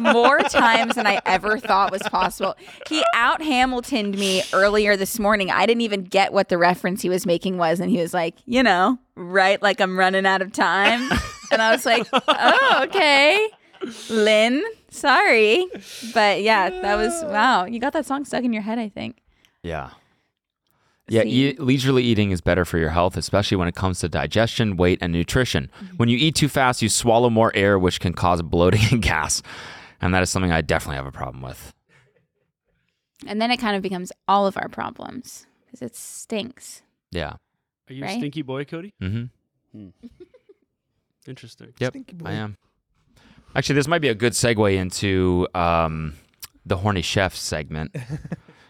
Speaker 3: more times than I ever thought was possible. He out Hamiltoned me earlier this morning. I didn't even get what the reference he was making was, and he was like, you know, right, like I'm running out of time. And I was like, oh, okay. Lynn, sorry. But yeah, that was wow. You got that song stuck in your head, I think.
Speaker 1: Yeah. Yeah,
Speaker 3: See?
Speaker 1: e- leisurely eating is better for your health, especially when it comes to digestion, weight, and nutrition.
Speaker 3: Mm-hmm.
Speaker 1: When you eat too fast, you swallow more air, which can cause bloating and gas. And that is something I definitely have a problem with.
Speaker 3: And then it kind of becomes all of our problems because it stinks.
Speaker 1: Yeah.
Speaker 4: Are you
Speaker 3: Right?
Speaker 4: a stinky boy, Cody?
Speaker 1: Mm-hmm.
Speaker 4: Interesting.
Speaker 1: Yep. I am. Actually, this might be a good segue into um, the horny chef segment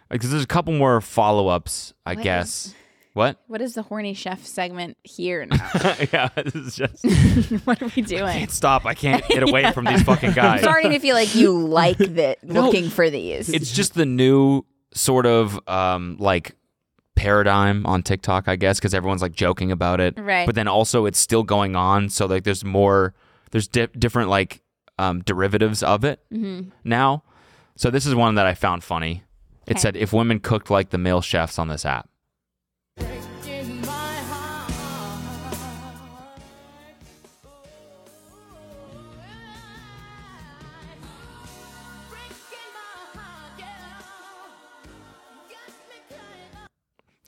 Speaker 1: because there's a couple more follow ups, I
Speaker 3: What
Speaker 1: guess. What?
Speaker 3: What is the horny chef segment here now?
Speaker 1: yeah, this is just.
Speaker 3: what are we doing?
Speaker 1: can't stop. I can't get away from these fucking
Speaker 3: I'm
Speaker 1: guys.
Speaker 3: starting to feel like you like that looking for these.
Speaker 1: it's just the new sort of um, like paradigm on TikTok, I guess, because everyone's like joking about it.
Speaker 3: Right.
Speaker 1: But then also it's still going on, so like there's more, there's di- different like um, derivatives of it now. So this is one that I found funny. It
Speaker 3: Okay.
Speaker 1: said if women cooked like the male chefs on this app.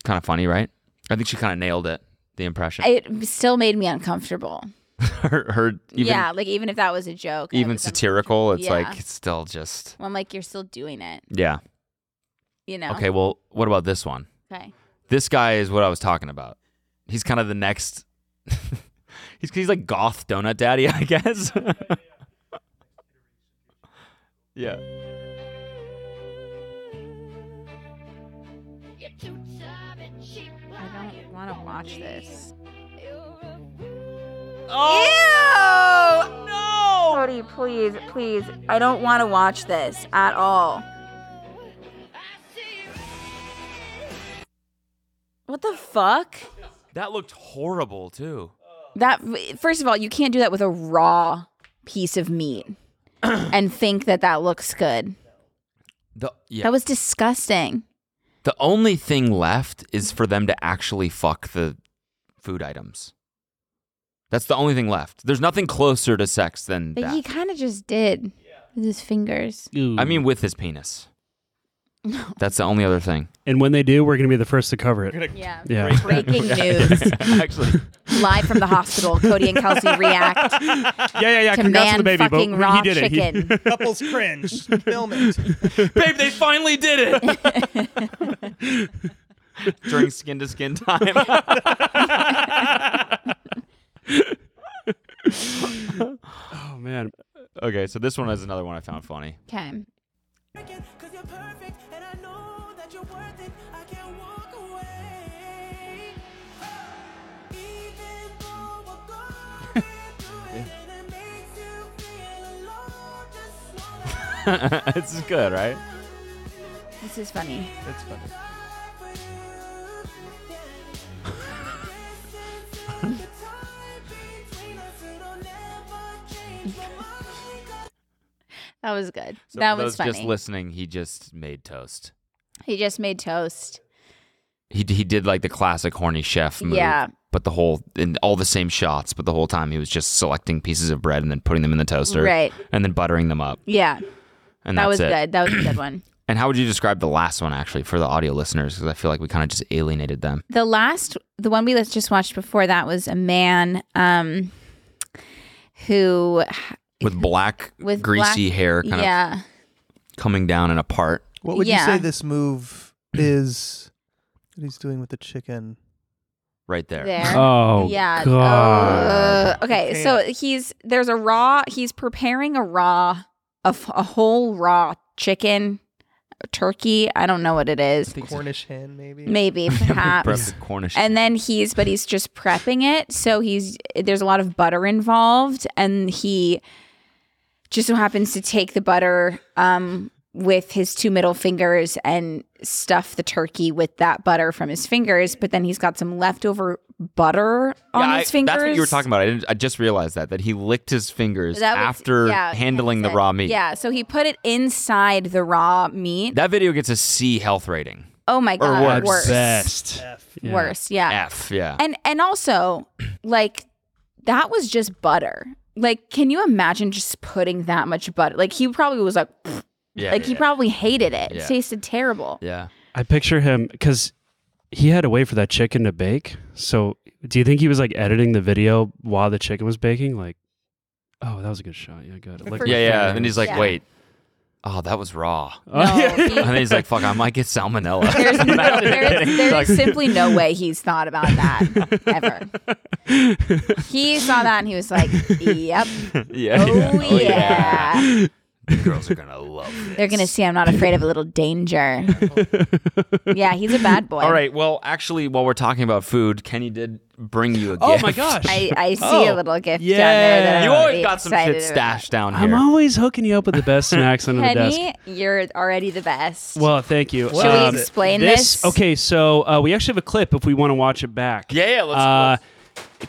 Speaker 1: Kind of funny, right? I think she kind of nailed it. The impression.
Speaker 3: It still made me uncomfortable.
Speaker 1: her, her even,
Speaker 3: yeah, like even if that was a joke, I
Speaker 1: even
Speaker 3: was uncom-
Speaker 1: satirical. It's
Speaker 3: Yeah.
Speaker 1: like it's still just
Speaker 3: I'm like, you're still doing it.
Speaker 1: yeah.
Speaker 3: You know.
Speaker 1: Okay, well, what about this one?
Speaker 3: Okay.
Speaker 1: This guy is what I was talking about. He's kind of the next. he's he's like goth donut daddy, I guess. yeah.
Speaker 3: I don't want to watch this. Ew! No! Cody, please, please. I don't want to watch this at all. What the fuck?
Speaker 1: That looked horrible too.
Speaker 3: That first of all, you can't do that with a raw piece of meat and think that that looks good.
Speaker 1: The yeah.
Speaker 3: That was disgusting.
Speaker 1: the only thing left is for them to actually fuck the food items. That's the only thing left. There's nothing closer to sex than
Speaker 3: But
Speaker 1: that.
Speaker 3: he kind of just did with his fingers.
Speaker 1: I mean, with his penis. That's the only other thing.
Speaker 4: and when they do, we're going to be the first to cover it.
Speaker 3: Yeah.
Speaker 4: Yeah.
Speaker 3: Breaking news.
Speaker 1: Actually,
Speaker 3: Live from the hospital, Cody and Kelsey react
Speaker 4: Yeah, yeah, yeah.
Speaker 3: to
Speaker 4: Congrats
Speaker 3: man
Speaker 4: on the baby, but
Speaker 3: fucking raw
Speaker 4: he did it. He-
Speaker 3: chicken.
Speaker 5: Couples cringe. Film it.
Speaker 1: babe, they finally did it during skin to skin time.
Speaker 4: oh man,
Speaker 1: okay, so this one is another one I found funny.
Speaker 3: Okay.
Speaker 6: Cause you're perfect and I know that you're worth it. I can't walk away. Even though we're going through it and it makes you feel alone, just swallow
Speaker 1: this is good, right?
Speaker 3: This is funny.
Speaker 5: It's funny.
Speaker 6: the time between us. It'll never change my mind.
Speaker 3: That was good.
Speaker 1: So
Speaker 3: that
Speaker 1: for
Speaker 3: was
Speaker 1: those
Speaker 3: funny.
Speaker 1: Just listening, he just made toast.
Speaker 3: he just made toast.
Speaker 1: He he did like the classic horny chef move.
Speaker 3: Yeah.
Speaker 1: But the whole and all the same shots, but the whole time he was just selecting pieces of bread and then putting them in the toaster,
Speaker 3: Right.
Speaker 1: And then buttering them up,
Speaker 3: Yeah.
Speaker 1: and
Speaker 3: That was
Speaker 1: that's it.
Speaker 3: good. That was a good one.
Speaker 1: And how would you describe the last one actually for the audio listeners? Because I feel like we kind of just alienated them.
Speaker 3: The last, the one we just watched before that was a man um, who,
Speaker 1: with black
Speaker 3: With
Speaker 1: greasy
Speaker 3: black-
Speaker 1: hair kind
Speaker 3: yeah.
Speaker 1: of coming down and apart.
Speaker 5: What would
Speaker 3: Yeah.
Speaker 5: you say this move is that he's doing with the chicken?
Speaker 1: right there.
Speaker 3: There.
Speaker 4: oh
Speaker 3: yeah.
Speaker 4: god,
Speaker 3: Uh, okay, so he's there's a raw. He's preparing a raw, a, f- a whole raw chicken, turkey. I don't know what it is.
Speaker 5: Cornish hen, maybe?
Speaker 3: Maybe perhaps.
Speaker 1: Perhaps Cornish.
Speaker 3: And then he's, but he's just prepping it. So he's, there's a lot of butter involved. And he just so happens to take the butter um, with his two middle fingers and stuff the turkey with that butter from his fingers. But then he's got some leftover butter on
Speaker 1: Yeah,
Speaker 3: his
Speaker 1: I-
Speaker 3: fingers.
Speaker 1: That's what you were talking about. I, didn't, I just realized that that he licked his fingers
Speaker 3: That was-
Speaker 1: after
Speaker 3: yeah,
Speaker 1: handling the
Speaker 3: that's it.
Speaker 1: raw meat.
Speaker 3: Yeah, so he put it inside the raw meat.
Speaker 1: That video gets a C health rating.
Speaker 3: oh my god,
Speaker 1: worse.
Speaker 3: worse.
Speaker 4: best. Yeah.
Speaker 3: Worse, yeah.
Speaker 1: F. Yeah.
Speaker 3: And and also, like that was just butter. Like, can you imagine just putting that much butter? Like he probably was like, "Pfft."
Speaker 1: yeah.
Speaker 3: like he
Speaker 1: yeah,
Speaker 3: probably hated it.
Speaker 1: Yeah.
Speaker 3: It tasted terrible.
Speaker 1: Yeah.
Speaker 4: I picture him because he had to wait for that chicken to bake. So, do you think he was like editing the video while the chicken was baking? Like, oh, that was a good shot. Yeah, good.
Speaker 3: For
Speaker 1: Yeah.
Speaker 3: sure.
Speaker 1: Yeah. And then he's like,
Speaker 3: Yeah.
Speaker 1: wait. Oh, that was raw.
Speaker 3: No,
Speaker 1: And then
Speaker 3: he-
Speaker 1: he's like, fuck, I might get salmonella.
Speaker 3: there's no,
Speaker 1: Imagine
Speaker 3: there
Speaker 1: getting
Speaker 3: is, there
Speaker 1: stuck-
Speaker 3: is simply no way he's thought about that ever. He saw that and he was like, "Yep,
Speaker 1: yeah,
Speaker 3: oh, yeah.
Speaker 1: The girls are going to love it.
Speaker 3: They're gonna see I'm not afraid of a little danger. yeah, he's a bad boy.
Speaker 1: All right. Well, actually, while we're talking about food, Kenny did bring you a gift.
Speaker 4: Oh my gosh.
Speaker 3: I, I see a
Speaker 4: Oh,
Speaker 3: little gift
Speaker 4: yeah.
Speaker 3: down there that I'm
Speaker 1: You
Speaker 3: gonna
Speaker 1: always
Speaker 3: be
Speaker 1: got some
Speaker 3: excited
Speaker 1: shit
Speaker 3: about.
Speaker 1: stashed down
Speaker 4: I'm
Speaker 1: here.
Speaker 4: always hooking you up with the best snacks under the desk.
Speaker 3: Penny, you're already the best.
Speaker 4: Well, thank you. Um,
Speaker 5: Should we
Speaker 3: explain this?
Speaker 4: Okay, so uh, we actually have a clip if we want to watch it back.
Speaker 1: Yeah, yeah, let's-
Speaker 4: Uh,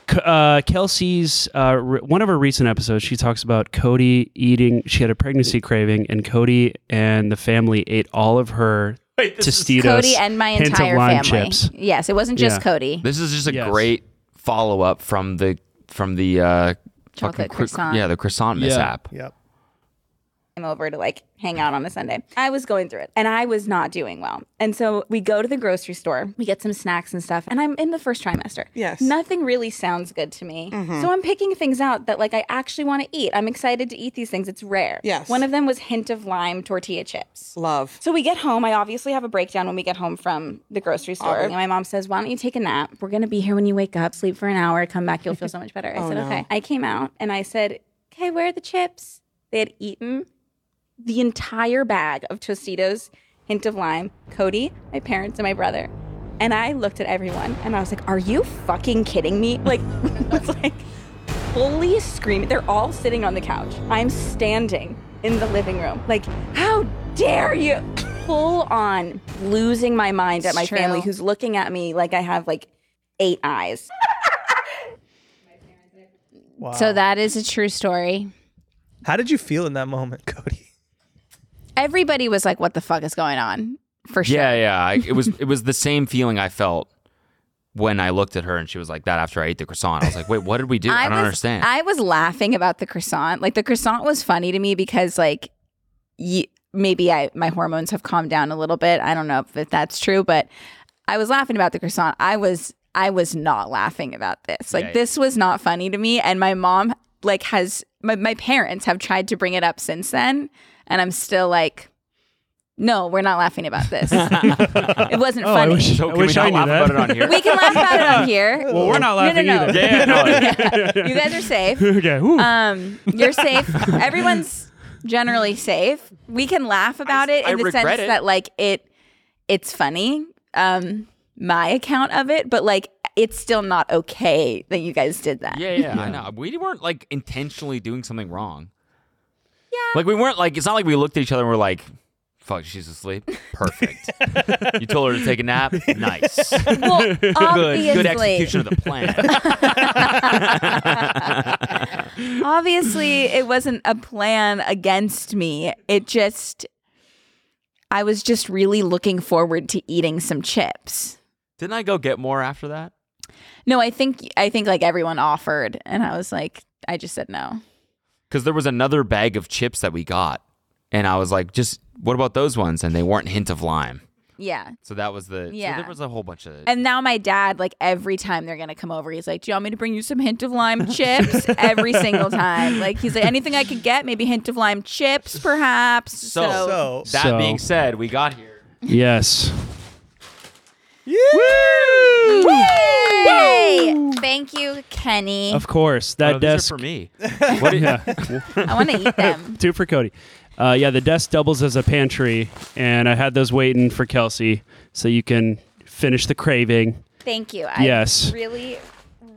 Speaker 4: K- uh, Kelsey's uh, re- one of her recent episodes. She talks about Cody eating. She had a pregnancy craving, and Cody and the family ate all of her
Speaker 1: Wait, this is-
Speaker 4: Tostitos.
Speaker 3: Cody and my
Speaker 4: hint of
Speaker 3: entire
Speaker 4: lime
Speaker 3: family.
Speaker 4: Chips.
Speaker 3: Yes, it wasn't just
Speaker 4: Yeah.
Speaker 3: Cody.
Speaker 1: This is just a
Speaker 4: Yes.
Speaker 1: great follow up from the from the uh, fucking
Speaker 3: Chocolate
Speaker 1: cr-
Speaker 3: croissant.
Speaker 1: yeah, the croissant mishap.
Speaker 5: Yep.
Speaker 3: him over to like hang out on a Sunday. I was going through it and I was not doing well. And so we go to the grocery store, we get some snacks and stuff, and I'm in the first trimester.
Speaker 7: Yes. Mm-hmm.
Speaker 3: Nothing really sounds good to me. So I'm picking things out that like I actually want to eat. I'm excited to eat these things. It's rare.
Speaker 7: Yes.
Speaker 3: One of them was hint of lime tortilla chips.
Speaker 7: Love.
Speaker 3: So we get home. I obviously have a breakdown when we get home from the grocery store. And my mom says, Why don't you take a nap? We're going to be here when you wake up, sleep for an hour, come back, you'll feel so much better.
Speaker 7: Oh,
Speaker 3: I said, Okay. I came out and I said, Okay, where are the chips? They had eaten the entire bag of Tostitos, hint of lime, Cody, my parents, and my brother. And I looked at everyone and I was like, Are you fucking kidding me? Like, it's like fully screaming. They're all sitting on the couch. I'm standing in the living room. Like, how dare you? Full on losing my mind at my It's true. family who's looking at me like I have like eight eyes.
Speaker 5: Wow.
Speaker 7: So
Speaker 3: that is a true story.
Speaker 5: How did you feel in that moment, Cody?
Speaker 3: Everybody was like, What the fuck is going on? For
Speaker 1: Yeah, yeah. I, it was it was the same feeling I felt when I looked at her and she was like that after I ate the croissant. I was like, wait, what did we do? I, don't
Speaker 3: was,
Speaker 1: understand.
Speaker 3: I was laughing about the croissant. Like the croissant was funny to me because like y- maybe I my hormones have calmed down a little bit. I don't know if that's true, but I was laughing about the croissant. I was I was not laughing about this. Like
Speaker 1: Yeah.
Speaker 3: this was not funny to me and my mom like has my, my parents have tried to bring it up since then and I'm still like no, we're not laughing about this. it wasn't
Speaker 4: Oh, I
Speaker 3: funny.
Speaker 4: wish-
Speaker 1: so
Speaker 4: I
Speaker 1: can we
Speaker 4: wish I
Speaker 1: not
Speaker 4: knew
Speaker 1: laugh
Speaker 4: that.
Speaker 1: about it on here?
Speaker 3: we can laugh about it on here.
Speaker 4: Well, we're
Speaker 3: No, no,
Speaker 4: not laughing
Speaker 3: no.
Speaker 4: either.
Speaker 1: yeah, no,
Speaker 3: You guys are safe.
Speaker 4: okay. whew.
Speaker 3: Um, you're safe. Everyone's generally safe. We can laugh about it
Speaker 1: I
Speaker 3: in the
Speaker 1: regret
Speaker 3: sense
Speaker 1: it.
Speaker 3: that like it, it's funny. Um, my account of it, but like it's still not okay that you guys did that.
Speaker 1: Yeah, yeah, I know. We weren't like intentionally doing something wrong. Yeah. Like we weren't like it's not like we looked at each other and we're like, fuck, she's asleep. Perfect. you told her to take a nap? Nice. Good.
Speaker 3: Well, obviously,
Speaker 1: Good execution of the plan.
Speaker 3: obviously, it wasn't a plan against me. It just, I was just really looking forward to eating some chips.
Speaker 1: Didn't I go get more after that?
Speaker 3: No, I think I think like everyone offered, and I was like, I just said no.
Speaker 1: Because there was another bag of chips that we got. And I was like, just what about those ones? And they weren't hint of lime.
Speaker 3: Yeah,
Speaker 1: So that was the yeah.
Speaker 3: Yeah.
Speaker 1: there was a whole bunch of
Speaker 3: And now my dad, like every time they're gonna come over, he's like, "Do you want me to bring you some hint of lime chips?" every single time, like he's like, "Anything I could get, maybe hint of lime chips, perhaps."
Speaker 1: So-
Speaker 3: So,
Speaker 5: So,
Speaker 1: that
Speaker 4: So-
Speaker 1: being said, we got here.
Speaker 4: yes.
Speaker 3: Yay! thank you, Kenny.
Speaker 4: Of course. That
Speaker 1: Oh, these are
Speaker 4: desk.
Speaker 1: for me. What did-
Speaker 3: I want to eat them.
Speaker 4: Two for Cody. Uh, yeah, the desk doubles as a pantry, and I had those waiting for Kelsey so you can finish the craving.
Speaker 3: Thank you. I
Speaker 4: Yes.
Speaker 3: really,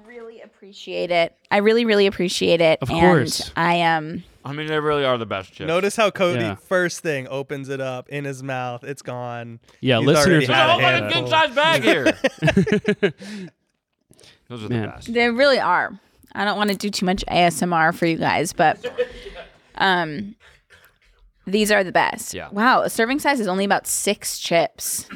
Speaker 3: really appreciate it. I really, really appreciate it.
Speaker 4: Of
Speaker 3: and
Speaker 4: course.
Speaker 3: I um, am.
Speaker 1: I mean, they really are the best chips.
Speaker 5: notice how Cody
Speaker 4: Yeah.
Speaker 5: first thing opens it up in his mouth. It's gone.
Speaker 4: Yeah,
Speaker 5: He's already
Speaker 4: listeners- There's a
Speaker 5: had
Speaker 4: whole
Speaker 5: a
Speaker 4: bunch of
Speaker 5: handful.
Speaker 4: things
Speaker 1: bag here. Those are
Speaker 4: Man.
Speaker 1: the best.
Speaker 3: They really are. I don't want to do too much ASMR for you guys, but um these are the best.
Speaker 1: Yeah.
Speaker 3: Wow, a serving size is only about 6 chips.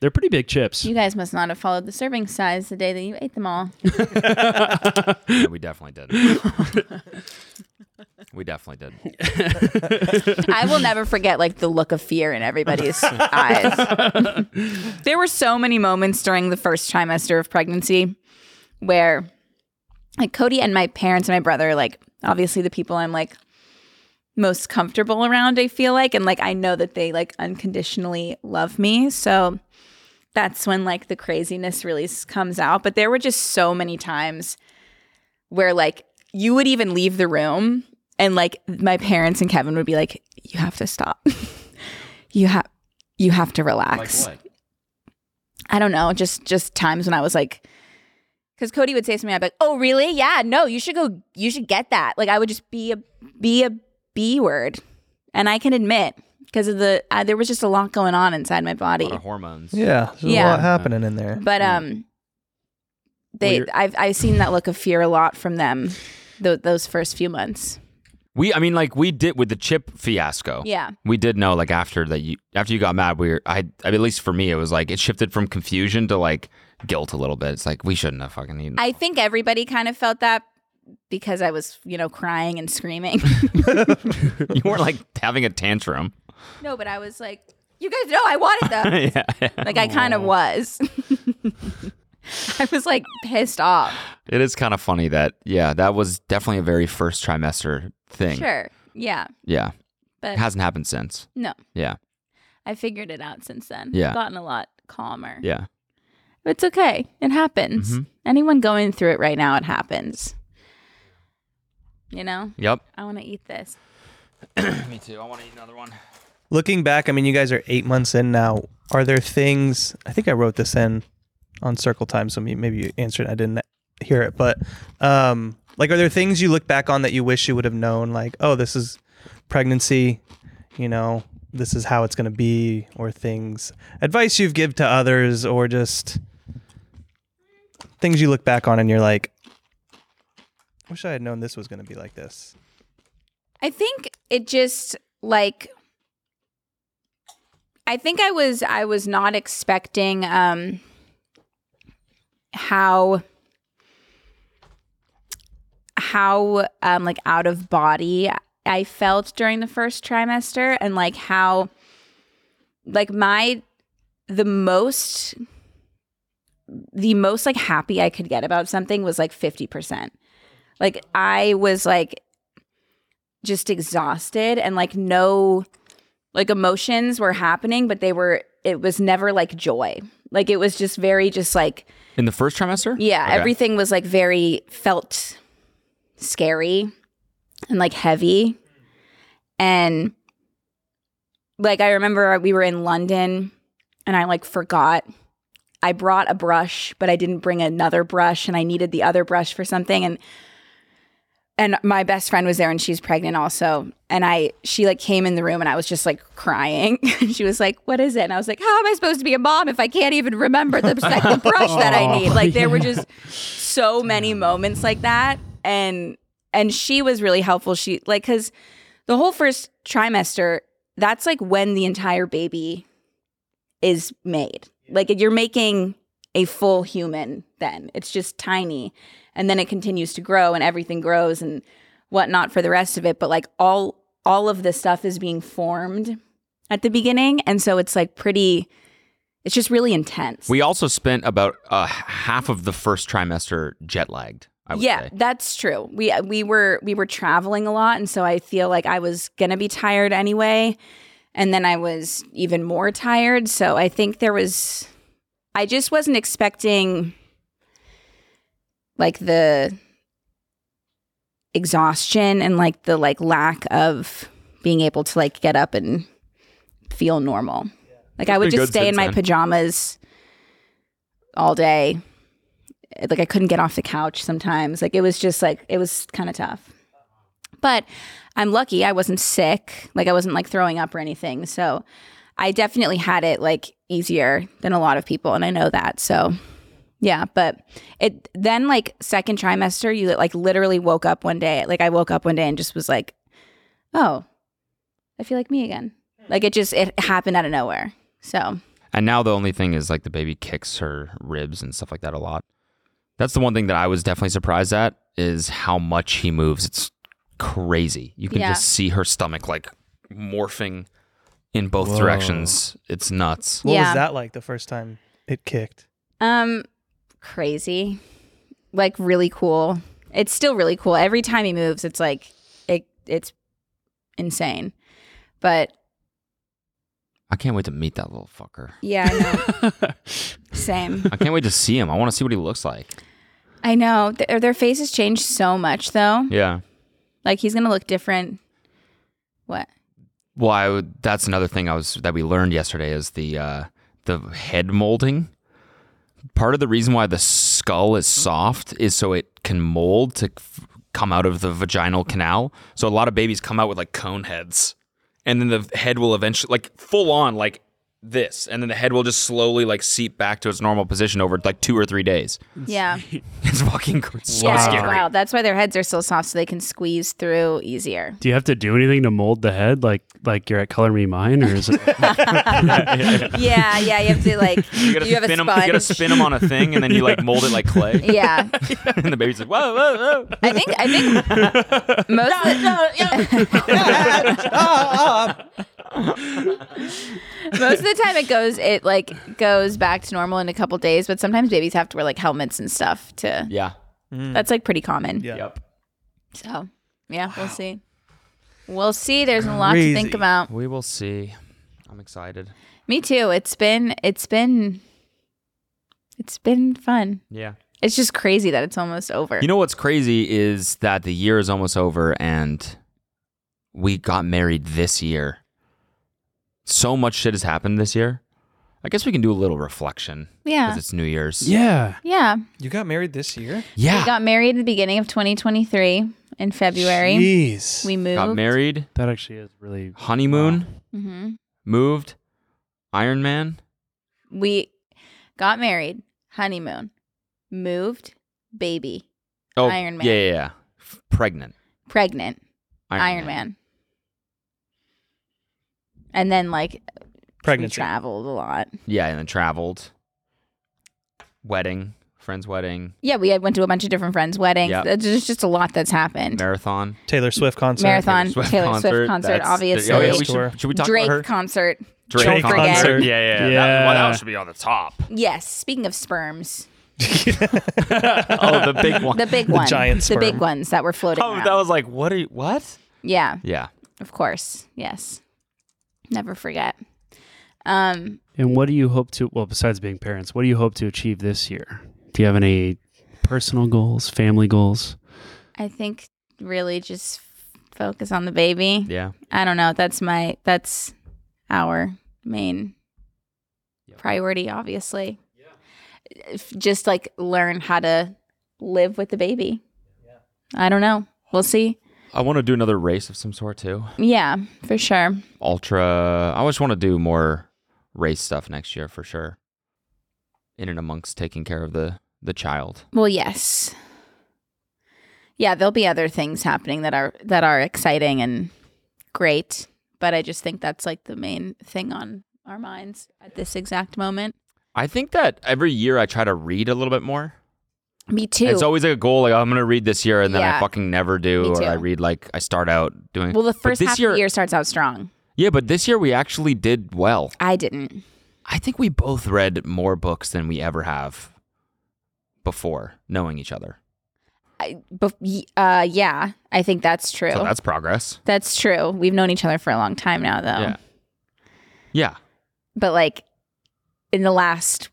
Speaker 4: They're pretty big chips.
Speaker 3: You guys must not have followed the serving size the day that you ate them all.
Speaker 1: Yeah, we definitely did. we definitely did.
Speaker 3: I will never forget like the look of fear in everybody's eyes. there were so many moments during the first trimester of pregnancy where like Cody and my parents and my brother, like obviously the people I'm like most comfortable around, I feel like. And like I know that they like unconditionally love me. So that's when like the craziness really s- comes out. But there were just so many times where like you would even leave the room and like my parents and Kevin would be like, You have to stop. you have you have to relax. I don't know, just just times when I was like cuz Cody would say something I'd be like, "Oh, really? Yeah, no, you should go you should get that." Like I would just be a be a B word. And I can admit because of the uh, there was just a lot going on inside my
Speaker 1: A
Speaker 3: body.
Speaker 1: lot of hormones.
Speaker 5: Yeah, there's
Speaker 3: Yeah.
Speaker 5: a lot happening in there.
Speaker 3: But um they
Speaker 4: you're-
Speaker 3: I've I've seen that look of fear a lot from them tho- those first few months.
Speaker 1: We, I mean, like we did with the chip fiasco.
Speaker 3: Yeah.
Speaker 1: We did know, like after that, you after you got mad, we were. I, I mean, at least for me, it was like it shifted from confusion to like guilt a little bit. It's like we shouldn't have fucking eaten.
Speaker 3: I think everybody kind of felt that because I was, you know, crying and screaming.
Speaker 1: you weren't like having a tantrum.
Speaker 3: no, but I was like, you guys know I wanted them.
Speaker 1: yeah.
Speaker 3: Like I kind of was. I was like pissed off.
Speaker 1: It is kind of funny that, yeah, that was definitely a very first trimester thing.
Speaker 3: Sure. Yeah.
Speaker 1: Yeah.
Speaker 3: But
Speaker 1: It hasn't happened since.
Speaker 3: no,
Speaker 1: Yeah.
Speaker 3: I figured it out since then.
Speaker 1: Yeah.
Speaker 3: I've gotten a lot calmer.
Speaker 1: Yeah.
Speaker 3: It's okay. It happens. Anyone going through it right now, it happens. You know?
Speaker 1: Yep.
Speaker 3: I want to eat this.
Speaker 1: Me too. I want to eat another one.
Speaker 5: Looking back, I mean, you guys are eight months in now. Are there things? I think I wrote this in on Circle Time, so may- maybe you answered. I didn't hear it, but um, like, are there things you look back on that you wish you would have known? Like, oh, this is pregnancy. You know, this is how it's going to be, or things advice you've give to others, or just things you look back on and you're like, wish I had known this was going to be like this.
Speaker 3: I think it just like I think I was I was not expecting um how how um like out of body I felt during the first trimester and like how like my the most the most like happy I could get about something was like 50%. Like I was like just exhausted and like no like emotions were happening but they were it was never like joy like it was just very just like
Speaker 1: In the first trimester?
Speaker 3: yeah
Speaker 1: Okay.
Speaker 3: everything was like very felt scary and like heavy and like i remember we were in london and i like forgot i brought a brush but i didn't bring another brush and i needed the other brush for something and and my best friend was there and she's pregnant also and i she like came in the room and i was just like crying she was like what is it and i was like how am i supposed to be a mom if i can't even remember the second brush that i need like there were just so many moments like that and and she was really helpful she like because the whole first trimester that's like when the entire baby is made like you're making a full human then it's just tiny and then it continues to grow and everything grows and whatnot for the rest of it but like all all of this stuff is being formed at the beginning and so it's like pretty it's just really intense
Speaker 1: We also spent about uh, half of the first trimester jet lagged, I would
Speaker 3: yeah
Speaker 1: say.
Speaker 3: that's true we uh, we were we were traveling a lot and so i feel like i was gonna be tired anyway and then i was even more tired so i think there was i just wasn't expecting like the exhaustion and like the like lack of being able to like get up and feel normal like i
Speaker 1: It's
Speaker 3: would
Speaker 1: been
Speaker 3: just
Speaker 1: good
Speaker 3: stay in
Speaker 1: since
Speaker 3: my
Speaker 1: then.
Speaker 3: pajamas all day like I couldn't get off the couch sometimes. Like it was just like it was kind of tough. But I'm lucky I wasn't sick. Like I wasn't like throwing up or anything. So I definitely had it like easier than a lot of people and I know that. So yeah, but it then like second trimester you like literally woke up one day. Like I woke up one day and just was like, "Oh, I feel like me again." Like it just it happened out of nowhere. So
Speaker 1: And now the only thing is like the baby kicks her ribs and stuff like that a lot. That's the one thing that I was definitely surprised at is how much he moves. It's crazy. You can
Speaker 3: Yeah.
Speaker 1: just see her stomach like morphing in both directions. It's nuts.
Speaker 5: What
Speaker 3: Yeah.
Speaker 5: was that like the first time it kicked?
Speaker 3: Um, crazy, like really cool. It's still really cool. Every time he moves, it's like it it's insane. But
Speaker 1: I can't wait to meet that little fucker.
Speaker 3: yeah, I know. same.
Speaker 1: I can't wait to see him. I want to see what he looks like.
Speaker 3: I know their, their faces change so much though.
Speaker 1: Yeah.
Speaker 3: Like he's gonna look different. What?
Speaker 1: Well, I would, that's another thing I was that we learned yesterday is the uh, the head molding. Part of the reason why the skull is soft is so it can mold to f- come out of the vaginal canal. So a lot of babies come out with like cone heads, and then the head will eventually like full on like this, and then the head will just slowly like seep back to its normal position over like two or three days.
Speaker 3: Yeah.
Speaker 1: It's fucking cr- so
Speaker 3: yeah,
Speaker 1: scary.
Speaker 3: wow. That's why their heads are so soft, so they can squeeze through easier.
Speaker 4: Do you have to do anything to mold the head, like like you're at Color Me Mine, or is it?
Speaker 3: yeah, yeah. You have to like.
Speaker 1: You
Speaker 3: You,
Speaker 1: gotta
Speaker 3: have a
Speaker 1: spin
Speaker 3: sponge.
Speaker 1: them. You gotta spin them on a thing, and then you like mold it like clay.
Speaker 3: yeah,
Speaker 1: and the baby's like, whoa, whoa, whoa.
Speaker 3: I think I think most. of the- Most of the time, it goes it like goes back to normal in a couple days, but sometimes babies have to wear like helmets and stuff to.
Speaker 1: Yeah. Mm.
Speaker 3: That's like pretty common.
Speaker 5: Yeah.
Speaker 1: Yep.
Speaker 3: So, yeah, we'll see. We'll see. There's a lot to think
Speaker 5: Crazy.
Speaker 3: about.
Speaker 1: We will see. I'm excited.
Speaker 3: Me too. It's been it's been it's been fun.
Speaker 1: Yeah.
Speaker 3: It's just crazy that it's almost over.
Speaker 1: You know what's crazy is that the year is almost over and we got married this year. So much shit has happened this year. I guess we can do a little reflection
Speaker 3: yeah.
Speaker 1: because it's New Year's.
Speaker 4: yeah.
Speaker 3: yeah.
Speaker 5: You got married this year?
Speaker 1: Yeah.
Speaker 3: We got married at the beginning of 2023 in February.
Speaker 5: Jeez.
Speaker 3: We moved.
Speaker 1: Got married,
Speaker 4: That actually is really
Speaker 1: honeymoon,
Speaker 3: hmm
Speaker 1: moved, Iron Man.
Speaker 3: We got married, honeymoon, moved, baby,
Speaker 1: Oh,
Speaker 3: Iron Man.
Speaker 1: Yeah, yeah, yeah. F- Pregnant.
Speaker 3: pregnant, Iron, Man. And then like we
Speaker 5: Pregnancy.
Speaker 3: traveled a lot.
Speaker 1: Yeah, and then traveled. Wedding, friend's wedding,
Speaker 3: Yeah, we had went to a bunch of different friends' weddings.
Speaker 1: Yep.
Speaker 3: There's just a lot that's happened.
Speaker 1: marathon,
Speaker 5: Taylor Swift concert.
Speaker 3: Marathon, Taylor Swift, concert,
Speaker 1: That's-
Speaker 3: obviously.
Speaker 1: Oh, yeah, we
Speaker 5: Sure.
Speaker 1: should, should we talk
Speaker 3: Drake
Speaker 1: about her?
Speaker 3: concert.
Speaker 1: Drake
Speaker 5: Drake
Speaker 1: concert.
Speaker 5: concert.
Speaker 1: Yeah, yeah, yeah. That,
Speaker 4: Yeah.
Speaker 1: well, that should be on the top.
Speaker 3: Yes. Speaking of sperms,
Speaker 1: Oh, the big one.
Speaker 3: the big one,
Speaker 5: giant
Speaker 3: the big
Speaker 5: sperm.
Speaker 3: ones that were floating.
Speaker 1: oh,
Speaker 3: around.
Speaker 1: that was like, what? Are you, what?
Speaker 3: yeah,
Speaker 1: Yeah.
Speaker 3: of course, yes. Never forget. Um,
Speaker 4: And what do you hope to? Well, besides being parents, what do you hope to achieve this year? Do you have any personal goals, family goals?
Speaker 3: I think really just f- focus on the baby.
Speaker 1: Yeah.
Speaker 3: I don't know. That's my that's our main priority, obviously. If- Just like learn how to live with the baby. I don't know. We'll see.
Speaker 1: I want to do another race of some sort too.
Speaker 3: Yeah, for sure.
Speaker 1: Ultra. I just want to do more race stuff next year for sure. In and amongst taking care of the the child.
Speaker 3: Well, yes. Yeah, there'll be other things happening that are that are exciting and great, but I just think that's like the main thing on our minds at this exact moment.
Speaker 1: I think that every year I try to read a little bit more.
Speaker 3: Me too.
Speaker 1: It's always like a goal, like "Oh, I'm gonna read this year, and then I
Speaker 3: Yeah.
Speaker 1: fucking never do,
Speaker 3: Me
Speaker 1: or
Speaker 3: too.
Speaker 1: I read like I start out doing.
Speaker 3: well, the
Speaker 1: But
Speaker 3: first
Speaker 1: this
Speaker 3: half
Speaker 1: year,
Speaker 3: of the year starts out strong.
Speaker 1: yeah, but this year we actually did well.
Speaker 3: I didn't.
Speaker 1: I think we both read more books than we ever have before knowing each other.
Speaker 3: I, but uh, yeah, I think that's true.
Speaker 1: So
Speaker 3: that's-,
Speaker 1: that's progress.
Speaker 3: true. We've known each other for a long time now, though.
Speaker 1: Yeah. Yeah.
Speaker 3: But like in the last,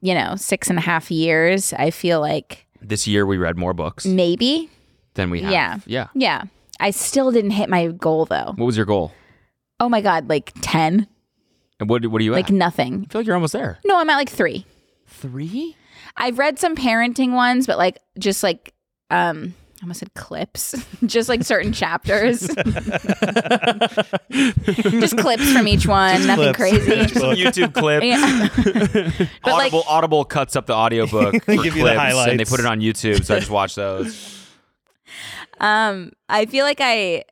Speaker 3: you know, six and a half years, I feel like
Speaker 1: This year we read more books
Speaker 3: maybe,
Speaker 1: than we have.
Speaker 3: yeah.
Speaker 1: Yeah.
Speaker 3: yeah. I still didn't hit my goal though.
Speaker 1: What was your goal?
Speaker 3: Oh my god, like ten,
Speaker 1: And what what are you at?
Speaker 3: like
Speaker 1: I
Speaker 3: nothing.
Speaker 1: feel like you're almost there.
Speaker 3: No, I'm at like three.
Speaker 1: Three?
Speaker 3: I've read some parenting ones, but like just like um I almost said clips. just like certain chapters. just clips from each one, nothing
Speaker 5: clips.
Speaker 3: crazy.
Speaker 1: YouTube clip.
Speaker 3: Yeah. but like
Speaker 1: Audible Audible cuts up the audiobook
Speaker 5: They
Speaker 1: for
Speaker 5: give you the
Speaker 1: clips and they
Speaker 5: highlights.
Speaker 1: put it on YouTube, so I just watch those.
Speaker 3: um I feel like I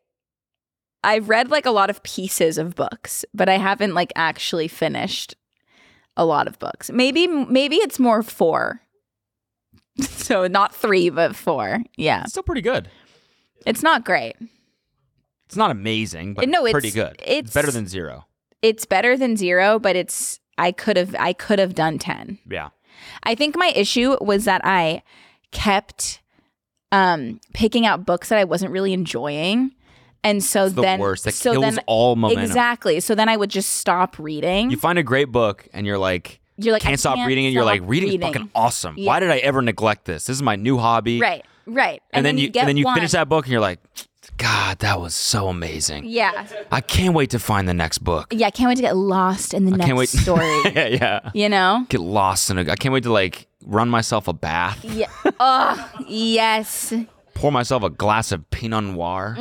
Speaker 3: I've read like a lot of pieces of books, but I haven't like actually finished a lot of books. Maybe maybe it's more 4. so not 3 but 4. Yeah.
Speaker 1: It's still pretty good.
Speaker 3: It's not great.
Speaker 1: It's not amazing, but
Speaker 3: No, it's-
Speaker 1: pretty good.
Speaker 3: it's-
Speaker 1: better than zero.
Speaker 3: it's better than zero, but it's I could have I could have done ten.
Speaker 1: Yeah.
Speaker 3: I think my issue was that I kept um picking out books that I wasn't really enjoying. And so
Speaker 1: It's the
Speaker 3: then
Speaker 1: worst. That
Speaker 3: so
Speaker 1: kills
Speaker 3: then
Speaker 1: all momentum.
Speaker 3: Exactly. So then I would just stop reading.
Speaker 1: You find a great book and you're like,
Speaker 3: You're Mm-hmm. like, I
Speaker 1: can't stop
Speaker 3: can't
Speaker 1: reading it. You're like,
Speaker 3: stop
Speaker 1: reading,
Speaker 3: reading.
Speaker 1: is fucking awesome.
Speaker 3: Yeah.
Speaker 1: Why did I ever neglect this? This is my new hobby.
Speaker 3: right. Right.
Speaker 1: And, then, you,
Speaker 3: get
Speaker 1: and then you
Speaker 3: one.
Speaker 1: finish that book and you're like, God, that was so amazing.
Speaker 3: Yeah.
Speaker 1: I can't wait to find the next book.
Speaker 3: Yeah, I can't wait to get lost in the
Speaker 1: I
Speaker 3: next
Speaker 1: can't wait.
Speaker 3: story.
Speaker 1: yeah, yeah.
Speaker 3: You know?
Speaker 1: Get lost in a. I can't wait to like run myself a bath,
Speaker 3: Yeah. Oh yes. Mm.
Speaker 1: pour myself a glass of Pinot Noir.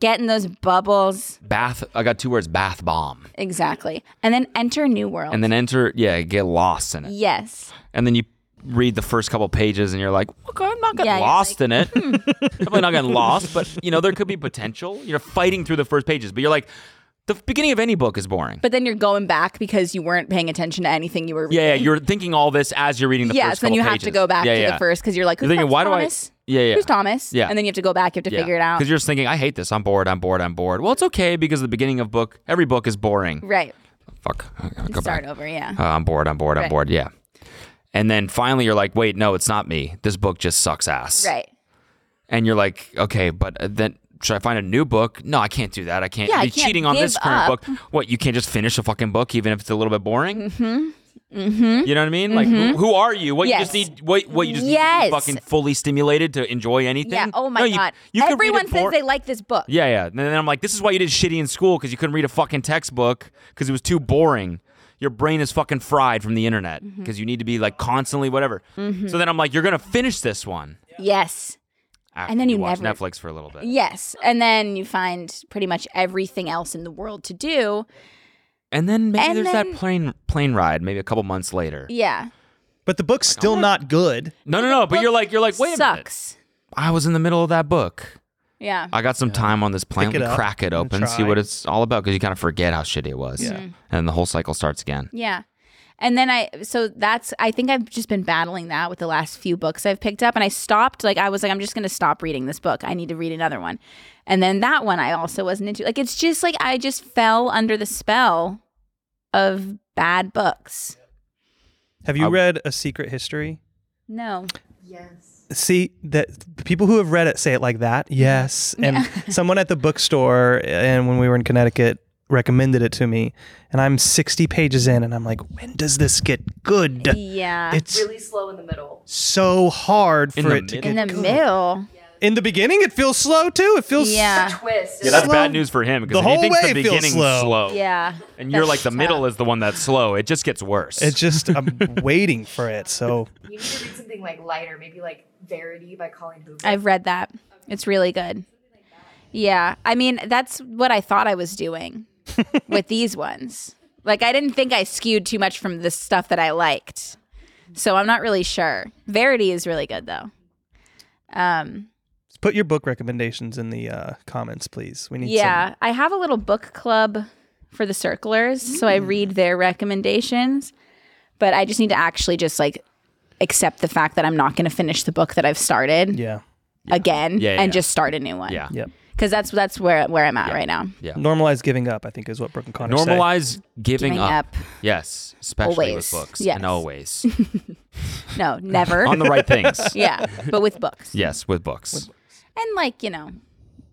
Speaker 3: Get in those bubbles.
Speaker 1: Bath. I got two words: bath bomb.
Speaker 3: Exactly. And then enter New World.
Speaker 1: And then enter. Yeah, get lost in it.
Speaker 3: yes.
Speaker 1: And then you read the first couple pages, and you're like, okay, I'm not getting
Speaker 3: Yeah, you're
Speaker 1: lost
Speaker 3: like, hmm.
Speaker 1: in it. Probably not getting lost, but you know there could be potential. You're fighting through the first pages, but you're like, the beginning of any book is boring.
Speaker 3: But then you're going back because you weren't paying attention to anything you were reading.
Speaker 1: yeah, yeah, you're thinking all this as you're reading the
Speaker 3: yes,
Speaker 1: first.
Speaker 3: then
Speaker 1: couple
Speaker 3: you have
Speaker 1: pages.
Speaker 3: to go back
Speaker 1: Yeah,
Speaker 3: to
Speaker 1: yeah.
Speaker 3: the first because you're like, who
Speaker 1: You're
Speaker 3: the
Speaker 1: thinking,
Speaker 3: fuck's
Speaker 1: why do I-
Speaker 3: Thomas?
Speaker 1: Yeah, yeah.
Speaker 3: Who's Thomas?
Speaker 1: Yeah.
Speaker 3: And then you have to go back. You have to figure it out.
Speaker 1: Because you're just thinking, I hate this. I'm bored. I'm bored. I'm bored. Well, it's okay because the beginning of book, every book is boring.
Speaker 3: right.
Speaker 1: Fuck. Go
Speaker 3: Start
Speaker 1: back.
Speaker 3: over. Yeah.
Speaker 1: Uh, I'm bored. I'm bored. I'm
Speaker 3: Right.
Speaker 1: bored. Yeah. And then finally, you're like, wait, no, it's not me. This book just sucks ass.
Speaker 3: right.
Speaker 1: And you're like, okay, but uh, then should I find a new book? No, I can't do that. I can't
Speaker 3: Yeah, I
Speaker 1: be
Speaker 3: can't
Speaker 1: cheating on this
Speaker 3: give
Speaker 1: current
Speaker 3: up.
Speaker 1: book. What? You can't just finish a fucking book even if it's a little bit boring. Mm-hmm. Mm-hmm. You know what I mean? Like, who, who are you? What
Speaker 3: Yes.
Speaker 1: you just need? What? What you just need to
Speaker 3: Yes.
Speaker 1: be fucking fully stimulated to enjoy anything?
Speaker 3: Yeah. Oh my
Speaker 1: No, you-
Speaker 3: god.
Speaker 1: you could read a
Speaker 3: Everyone says
Speaker 1: bor-
Speaker 3: they like this book.
Speaker 1: yeah, yeah. And then I'm like, this is why you did shitty in school because you couldn't read a fucking textbook because it was too boring. Your brain is fucking fried from the internet
Speaker 3: Mm-hmm.
Speaker 1: because you need to be like constantly whatever. So then I'm like, you're gonna finish this one,
Speaker 3: Yes.
Speaker 1: after
Speaker 3: And then you
Speaker 1: watch
Speaker 3: never-
Speaker 1: Netflix for a little bit.
Speaker 3: Yes. And then you find pretty much everything else in the world to do.
Speaker 1: And then maybe
Speaker 3: And
Speaker 1: there's
Speaker 3: then-
Speaker 1: that plane plane ride, maybe a couple months later.
Speaker 3: Yeah.
Speaker 5: But the book's still not good.
Speaker 1: No, no, no. But you're like, you're like, wait a minute.
Speaker 3: Sucks.
Speaker 1: I was in the middle of that book.
Speaker 3: Yeah.
Speaker 1: I got some time on this plane.
Speaker 5: Pick
Speaker 1: Let
Speaker 5: it
Speaker 1: me
Speaker 5: up
Speaker 1: crack it
Speaker 5: and
Speaker 1: open, see
Speaker 5: try.
Speaker 1: what it's all about because you kind of forget how shitty it was.
Speaker 5: Yeah.
Speaker 1: And the whole cycle starts again.
Speaker 3: Yeah. And then I, so that's, I think I've just been battling that with the last few books I've picked up. And I stopped, like, I was like, I'm just going to stop reading this book. I need to read another one. And then that one I also wasn't into. Like, it's just like I just fell under the spell of bad books.
Speaker 5: Have you
Speaker 1: I-
Speaker 5: read A Secret History?
Speaker 3: No.
Speaker 5: See that people who have read it say it like that. Yes, and someone at the bookstore and when we were in Connecticut recommended it to me, and I'm 60 pages in, and I'm like, when does this get good?
Speaker 3: Yeah.
Speaker 5: It's really slow in the middle. So hard for
Speaker 1: In the
Speaker 5: it to
Speaker 1: middle?
Speaker 5: get
Speaker 3: in the
Speaker 5: good.
Speaker 3: middle.
Speaker 5: In the beginning, it feels slow too. It feels
Speaker 3: Yeah.
Speaker 1: Yeah, that's
Speaker 5: Slow.
Speaker 1: bad news for him
Speaker 5: The
Speaker 1: because
Speaker 5: whole
Speaker 1: he thinks
Speaker 5: way
Speaker 1: the
Speaker 5: feels
Speaker 1: beginning's
Speaker 5: slow.
Speaker 1: slow.
Speaker 3: Yeah.
Speaker 1: And you're like, the
Speaker 3: That's
Speaker 1: middle
Speaker 3: tough.
Speaker 1: is the one that's slow. It just gets worse.
Speaker 5: It's just I'm waiting for it. So
Speaker 7: You need to read something like lighter, maybe like Verity by Colleen Hoover.
Speaker 3: I've read that. It's really good. Yeah. I mean, that's what I thought I was doing with these ones. Like, I didn't think I skewed too much from the stuff that I liked. So I'm not really sure. Verity is really good, though. Um,
Speaker 5: put your book recommendations in the uh, comments, please. We need
Speaker 3: yeah. I have a little book club for the circlers. So I read their recommendations, but I just need to actually just like accept the fact that I'm not going to finish the book that I've started
Speaker 5: some. Yeah.
Speaker 3: again
Speaker 1: Yeah, yeah,
Speaker 3: and
Speaker 1: yeah.
Speaker 3: just start a new one.
Speaker 1: yeah.
Speaker 5: Yep.
Speaker 3: because that's that's where where I'm at right now.
Speaker 5: Normalize giving up, I think, is what Brooke and Connor say.
Speaker 1: Normalize giving,
Speaker 3: Giving
Speaker 1: up.
Speaker 3: up.
Speaker 1: Yes. Especially
Speaker 3: Always.
Speaker 1: with books.
Speaker 3: Yes.
Speaker 1: And always.
Speaker 3: No, never.
Speaker 1: On the right things.
Speaker 3: yeah, but with books
Speaker 1: Yes, with books.
Speaker 3: and like you know,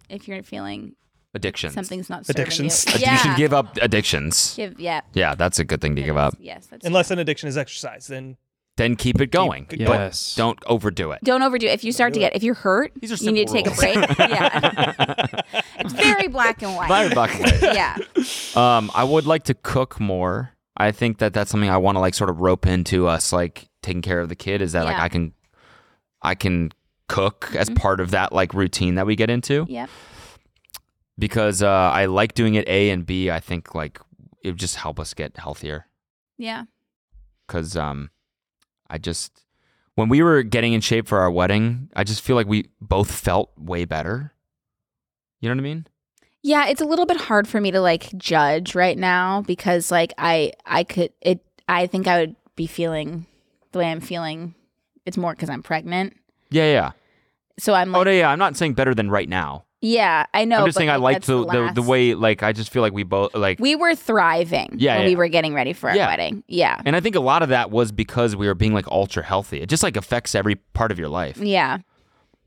Speaker 3: if you're feeling
Speaker 1: addictions.
Speaker 3: something's not
Speaker 5: Addictions.
Speaker 3: serving you,
Speaker 1: Addiction- You
Speaker 3: yeah.
Speaker 1: should give up addictions.
Speaker 3: Give- yeah,
Speaker 1: Yeah, that's a good thing to give up.
Speaker 3: yes. That's
Speaker 5: Unless an addiction is exercise, then
Speaker 1: Then keep it going.
Speaker 5: Keep-
Speaker 4: Yes.
Speaker 1: But don't overdo it.
Speaker 3: don't overdo. it. If you start to get if you're hurt,
Speaker 1: These are
Speaker 3: you need to take
Speaker 1: simple
Speaker 3: a break. yeah, it's very black and white.
Speaker 1: Fire bucket list.
Speaker 3: yeah,
Speaker 1: Um, I would like to cook more. I think that that's something I want to like sort of rope into us like taking care of the kid is that like
Speaker 3: Yeah.
Speaker 1: I can I can cook as part of that like routine that we get into
Speaker 3: yep.
Speaker 1: because uh, I like doing it A and B I think like it would just help us get healthier
Speaker 3: yeah,
Speaker 1: cuz um I just when we were getting in shape for our wedding I just feel like we both felt way better. You know what I mean?
Speaker 3: yeah. It's a little bit hard for me to like judge right now because like I I could it I think I would be feeling the way I'm feeling. It's more because I'm pregnant,
Speaker 1: Yeah, yeah.
Speaker 3: so I'm
Speaker 1: oh,
Speaker 3: like
Speaker 1: no, yeah, I'm not saying better than right now.
Speaker 3: Yeah, I know.
Speaker 1: I'm just
Speaker 3: but,
Speaker 1: saying I
Speaker 3: that's
Speaker 1: liked the, the, the
Speaker 3: last-
Speaker 1: way like I just feel like we both like
Speaker 3: we were thriving
Speaker 1: Yeah,
Speaker 3: when
Speaker 1: yeah.
Speaker 3: we were getting ready for our
Speaker 1: Yeah.
Speaker 3: wedding. Yeah.
Speaker 1: and I think a lot of that was because we were being like ultra healthy. It just like affects every part of your life.
Speaker 3: Yeah.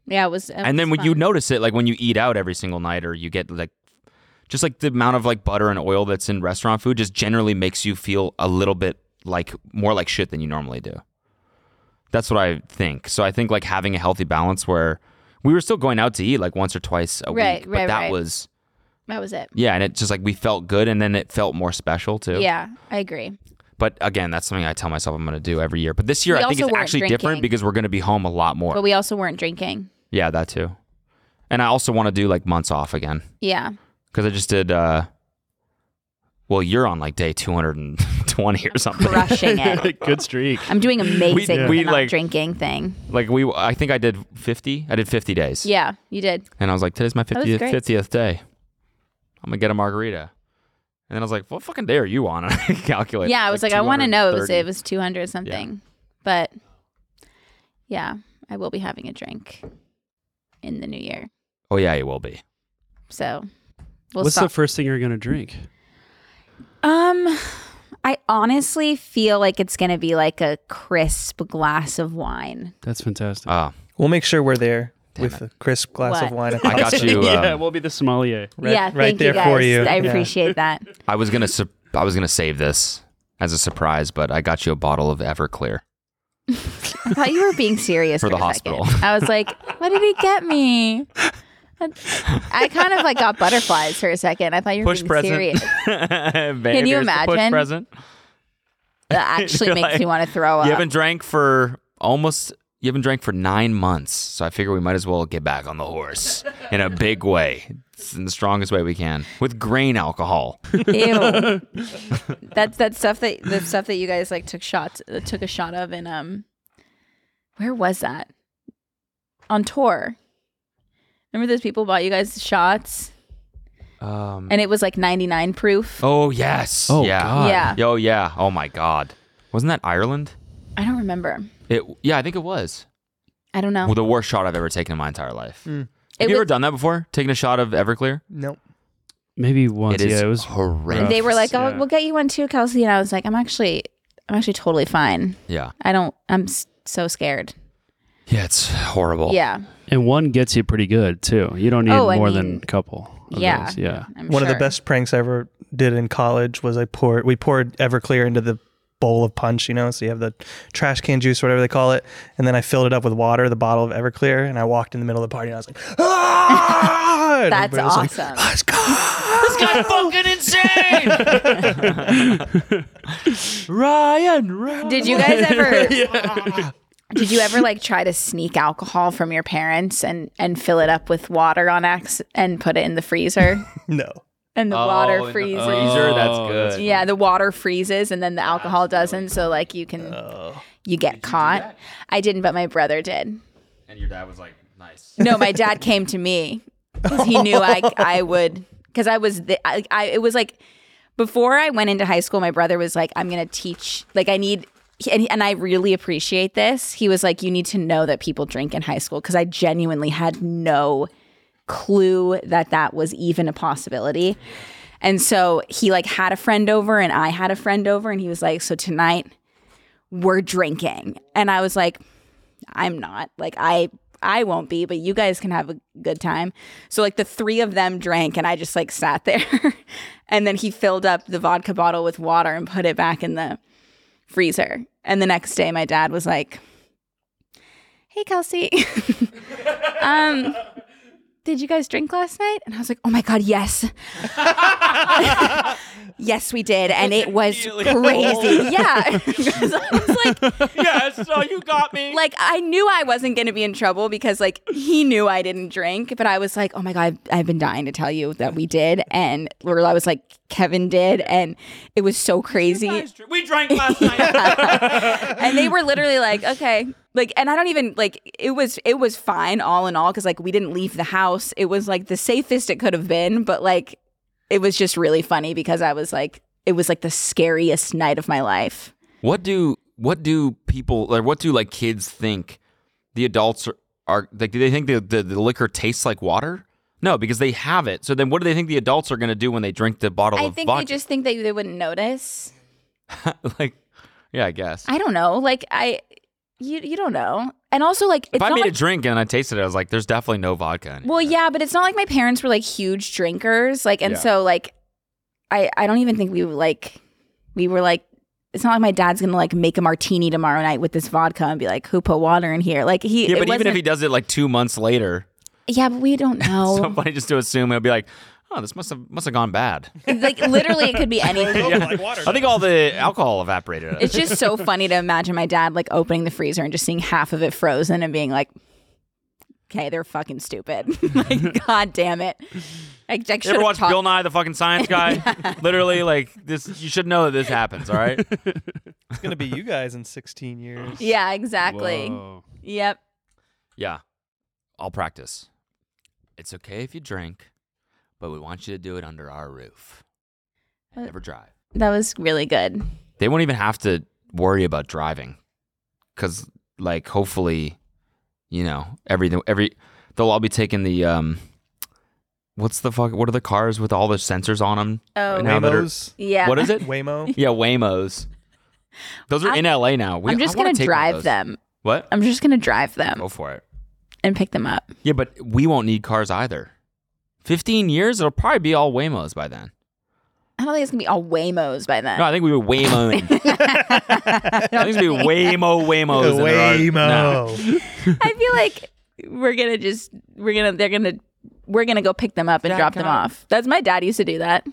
Speaker 3: Yeah, it was it
Speaker 1: and then
Speaker 3: was
Speaker 1: when you
Speaker 3: fun.
Speaker 1: notice it, like when you eat out every single night or you get like just like the amount of like butter and oil that's in restaurant food just generally makes you feel a little bit like more like shit than you normally do. That's what I think. So I think like having a healthy balance where we were still going out to eat like once or twice a
Speaker 3: Right,
Speaker 1: week, but
Speaker 3: right,
Speaker 1: that
Speaker 3: right.
Speaker 1: was
Speaker 3: that was it.
Speaker 1: yeah, and it just like we felt good and then it felt more special too.
Speaker 3: Yeah, I agree.
Speaker 1: But again, that's something I tell myself I'm going to do every year. But this year,
Speaker 3: We
Speaker 1: I think
Speaker 3: also
Speaker 1: it's
Speaker 3: weren't
Speaker 1: actually different
Speaker 3: drinking.
Speaker 1: because we're going to be home a lot more.
Speaker 3: But we also weren't drinking.
Speaker 1: yeah, that too. And I also want to do like months off again
Speaker 3: Yeah.
Speaker 1: because I just did. uh Well, you're on like day 220 or something.
Speaker 3: Crushing it.
Speaker 4: Good streak.
Speaker 3: I'm doing amazing with
Speaker 1: we,
Speaker 3: the not
Speaker 1: like-
Speaker 3: drinking thing.
Speaker 1: Like we, I think I did 50. I did 50 days.
Speaker 3: Yeah, you did.
Speaker 1: And I was like, today's my
Speaker 3: was
Speaker 1: 50th,
Speaker 3: great.
Speaker 1: 50th day. I'm going to get a margarita. And then I was like, what fucking day are you on? And I calculated.
Speaker 3: yeah, I was like, I want to know. It was,
Speaker 1: 230.
Speaker 3: it was 200 something. But yeah, I will be having a drink in the new year.
Speaker 1: Oh, yeah, you will be.
Speaker 3: So we'll
Speaker 4: What's the
Speaker 3: stop.
Speaker 4: first thing you're gonna drink?
Speaker 3: um, I honestly feel like it's going to be like a crisp glass of wine.
Speaker 4: That's fantastic.
Speaker 1: Uh,
Speaker 5: We'll make sure we're there
Speaker 1: Damn
Speaker 5: with a crisp glass of
Speaker 3: What?
Speaker 5: wine.
Speaker 1: I got you. Um,
Speaker 4: yeah, we'll be the sommelier.
Speaker 5: Right-
Speaker 3: yeah,
Speaker 5: right
Speaker 3: thank you
Speaker 5: there
Speaker 3: guys.
Speaker 5: for you.
Speaker 3: I
Speaker 5: Yeah.
Speaker 3: appreciate that.
Speaker 1: I was going to su- I was going to save this as a surprise, but I got you a bottle of Everclear.
Speaker 3: I thought you were being serious
Speaker 1: For
Speaker 3: for,
Speaker 1: the
Speaker 3: a second.
Speaker 1: hospital.
Speaker 3: I was like, what did he get me? I kind of like got butterflies for a second. I thought you were being serious.
Speaker 1: Can
Speaker 3: you imagine?
Speaker 1: Push present. You
Speaker 3: That actually
Speaker 1: You're
Speaker 3: makes
Speaker 1: like,
Speaker 3: me want to throw up.
Speaker 1: haven't drank for almost you haven't drank for 9 months, so I figure we might as well get back on the horse in a big way. It's in the strongest way we can with grain alcohol.
Speaker 3: Ew. That's that stuff that the stuff that you guys like took shots uh, took a shot of in um where was that? On tour. Remember those people bought you guys shots
Speaker 1: Um
Speaker 3: and it was like 99 proof?
Speaker 1: Oh yes.
Speaker 4: Oh,
Speaker 1: yeah.
Speaker 4: God.
Speaker 3: Yeah.
Speaker 1: Oh yeah. Oh my God. Wasn't that Ireland?
Speaker 3: I don't remember.
Speaker 1: It. Yeah, I think it was.
Speaker 3: I don't know.
Speaker 1: Well, the worst shot I've ever taken in my entire life.
Speaker 3: Mm. It
Speaker 1: Have you
Speaker 3: was-
Speaker 1: ever done that before? Taking a shot of Everclear?
Speaker 5: Nope.
Speaker 4: Maybe once.
Speaker 1: it is
Speaker 4: yeah, it was.
Speaker 1: horrendous.
Speaker 3: they were like, "Oh,
Speaker 4: yeah.
Speaker 3: we'll get you one too, Kelsey," and I was like, "I'm actually, I'm actually totally fine.
Speaker 1: yeah,
Speaker 3: I don't. I'm s- so scared.
Speaker 1: yeah, it's horrible.
Speaker 3: Yeah,
Speaker 4: And one gets you pretty good too. You don't need
Speaker 3: Oh, I
Speaker 4: more than
Speaker 3: mean,
Speaker 4: a couple. of
Speaker 3: yeah,
Speaker 4: those, yeah.
Speaker 3: I'm
Speaker 5: One of
Speaker 3: sure.
Speaker 5: the best pranks I ever did in college was I poured we poured Everclear into the bowl of punch, you know, so you have the trash can juice, whatever they call it, and then I filled it up with water, the bottle of Everclear, and I walked in the middle of the party and I was like, ah! And
Speaker 3: That's
Speaker 5: everybody was like,
Speaker 3: awesome.
Speaker 5: Let's go.
Speaker 1: This guy's fucking insane. Ryan, Ryan.
Speaker 3: Did you guys ever? Did you ever like try to sneak alcohol from your parents and and fill it up with water on X and put it in the freezer
Speaker 5: No.
Speaker 3: and the
Speaker 1: Oh, in
Speaker 3: water
Speaker 1: the
Speaker 3: freezes?
Speaker 1: freezer, Oh, that's good.
Speaker 3: Yeah, the water freezes and then the alcohol doesn't, so like you can you get caught. I didn't, but my brother did.
Speaker 1: And your dad was like, nice.
Speaker 3: No, my dad came to me because he knew I I would because I was the, I, I it was like before I went into high school, my brother was like, I'm gonna teach like I need. And, and I really appreciate this. He was like, You need to know that people drink in high school because I genuinely had no clue that that was even a possibility. And so he like had a friend over and I had a friend over and he was like, So tonight we're drinking. And I was like, I'm not. Like I I won't be, but you guys can have a good time. So like the three of them drank and I just like sat there. and then he filled up the vodka bottle with water and put it back in the freezer. And the next day my dad was like, "Hey Kelsey. um did you guys drink last night? And I was like, "Oh my god, yes." yes, we did, and it was crazy. Yeah. 'Cause I was like
Speaker 1: yes, so you got me.
Speaker 3: like I knew I wasn't going to be in trouble because like he knew I didn't drink, but I was like, oh my god, I've, I've been dying to tell you that we did, and or I was like, Kevin did, and it was so crazy.
Speaker 1: we drank last night.
Speaker 3: and they were literally like, okay, like, and I don't even like it was it was fine all in all because like we didn't leave the house. It was like the safest it could have been, but like it was just really funny because I was like, it was like the scariest night of my life.
Speaker 1: What do what do people like? What do like kids think? The adults are, are like, do they think the, the the liquor tastes like water? No, because they have it. So then, what do they think the adults are going to do when they drink the bottle
Speaker 3: I
Speaker 1: of
Speaker 3: think
Speaker 1: vodka?
Speaker 3: they just think they they wouldn't notice.
Speaker 1: like, yeah, I guess.
Speaker 3: I don't know. Like I, you you don't know. And also like it's
Speaker 1: if I
Speaker 3: not
Speaker 1: made
Speaker 3: like,
Speaker 1: a drink and I tasted it, I was like, "There's definitely no vodka." In it.
Speaker 3: well, yeah, but it's not like my parents were like huge drinkers. Like and
Speaker 1: Yeah.
Speaker 3: so like, I I don't even think we like we were like. It's not like my dad's gonna like make a martini tomorrow night with this vodka and be like, "Who put water in here?" Like he,
Speaker 1: yeah,
Speaker 3: it
Speaker 1: but even if
Speaker 3: wasn't-
Speaker 1: he does it like two months later,
Speaker 3: yeah, but we don't know.
Speaker 1: somebody just to assume it'll be like, "Oh, this must have must have gone bad."
Speaker 3: like literally, it could be anything.
Speaker 1: I think all the alcohol evaporated.
Speaker 3: It's just so funny to imagine my dad like opening the freezer and just seeing half of it frozen and being like, okay, they're fucking stupid. like, god damn it. I, I
Speaker 1: You ever
Speaker 3: should've
Speaker 1: watch
Speaker 3: talked-
Speaker 1: Bill Nye the fucking science guy? Literally, like this. You should know that this happens. All right.
Speaker 5: It's gonna be you guys in 16 years.
Speaker 3: Yeah, exactly.
Speaker 4: Whoa.
Speaker 3: Yep.
Speaker 1: Yeah. I'll practice. It's okay if you drink, but we want you to do it under our roof. And
Speaker 3: Uh,
Speaker 1: never drive.
Speaker 3: That was really good.
Speaker 1: They won't even have to worry about driving. Cause like hopefully, you know, everything every they'll all be taking the um what's the fuck what are the cars with all the sensors on them?
Speaker 3: Oh,
Speaker 1: now that are-
Speaker 5: Waymos.
Speaker 3: Yeah.
Speaker 1: What is it?
Speaker 5: Waymo.
Speaker 1: yeah, Waymos. Those are
Speaker 3: I'm-
Speaker 1: in LA now. We,
Speaker 3: I'm
Speaker 1: I
Speaker 3: just
Speaker 1: wanna
Speaker 3: going to
Speaker 1: take one of
Speaker 3: drive
Speaker 1: those.
Speaker 3: them.
Speaker 1: What?
Speaker 3: I'm just going to drive them
Speaker 1: Go for it.
Speaker 3: and pick them up.
Speaker 1: Yeah, but we won't need cars either. 15 years, it'll probably be all Waymos by then.
Speaker 3: I don't think it's going to be all Waymos by then.
Speaker 1: No, I think we were Waymoing. I think it's gonna be Waymo Waymos. than there are- No.
Speaker 5: Waymo.
Speaker 3: I feel like we're going to just, we're going to, they're going to, we're going to go pick them up and
Speaker 1: Dad,
Speaker 3: drop
Speaker 1: can
Speaker 3: them
Speaker 1: I-
Speaker 3: off. That's my dad used to do that.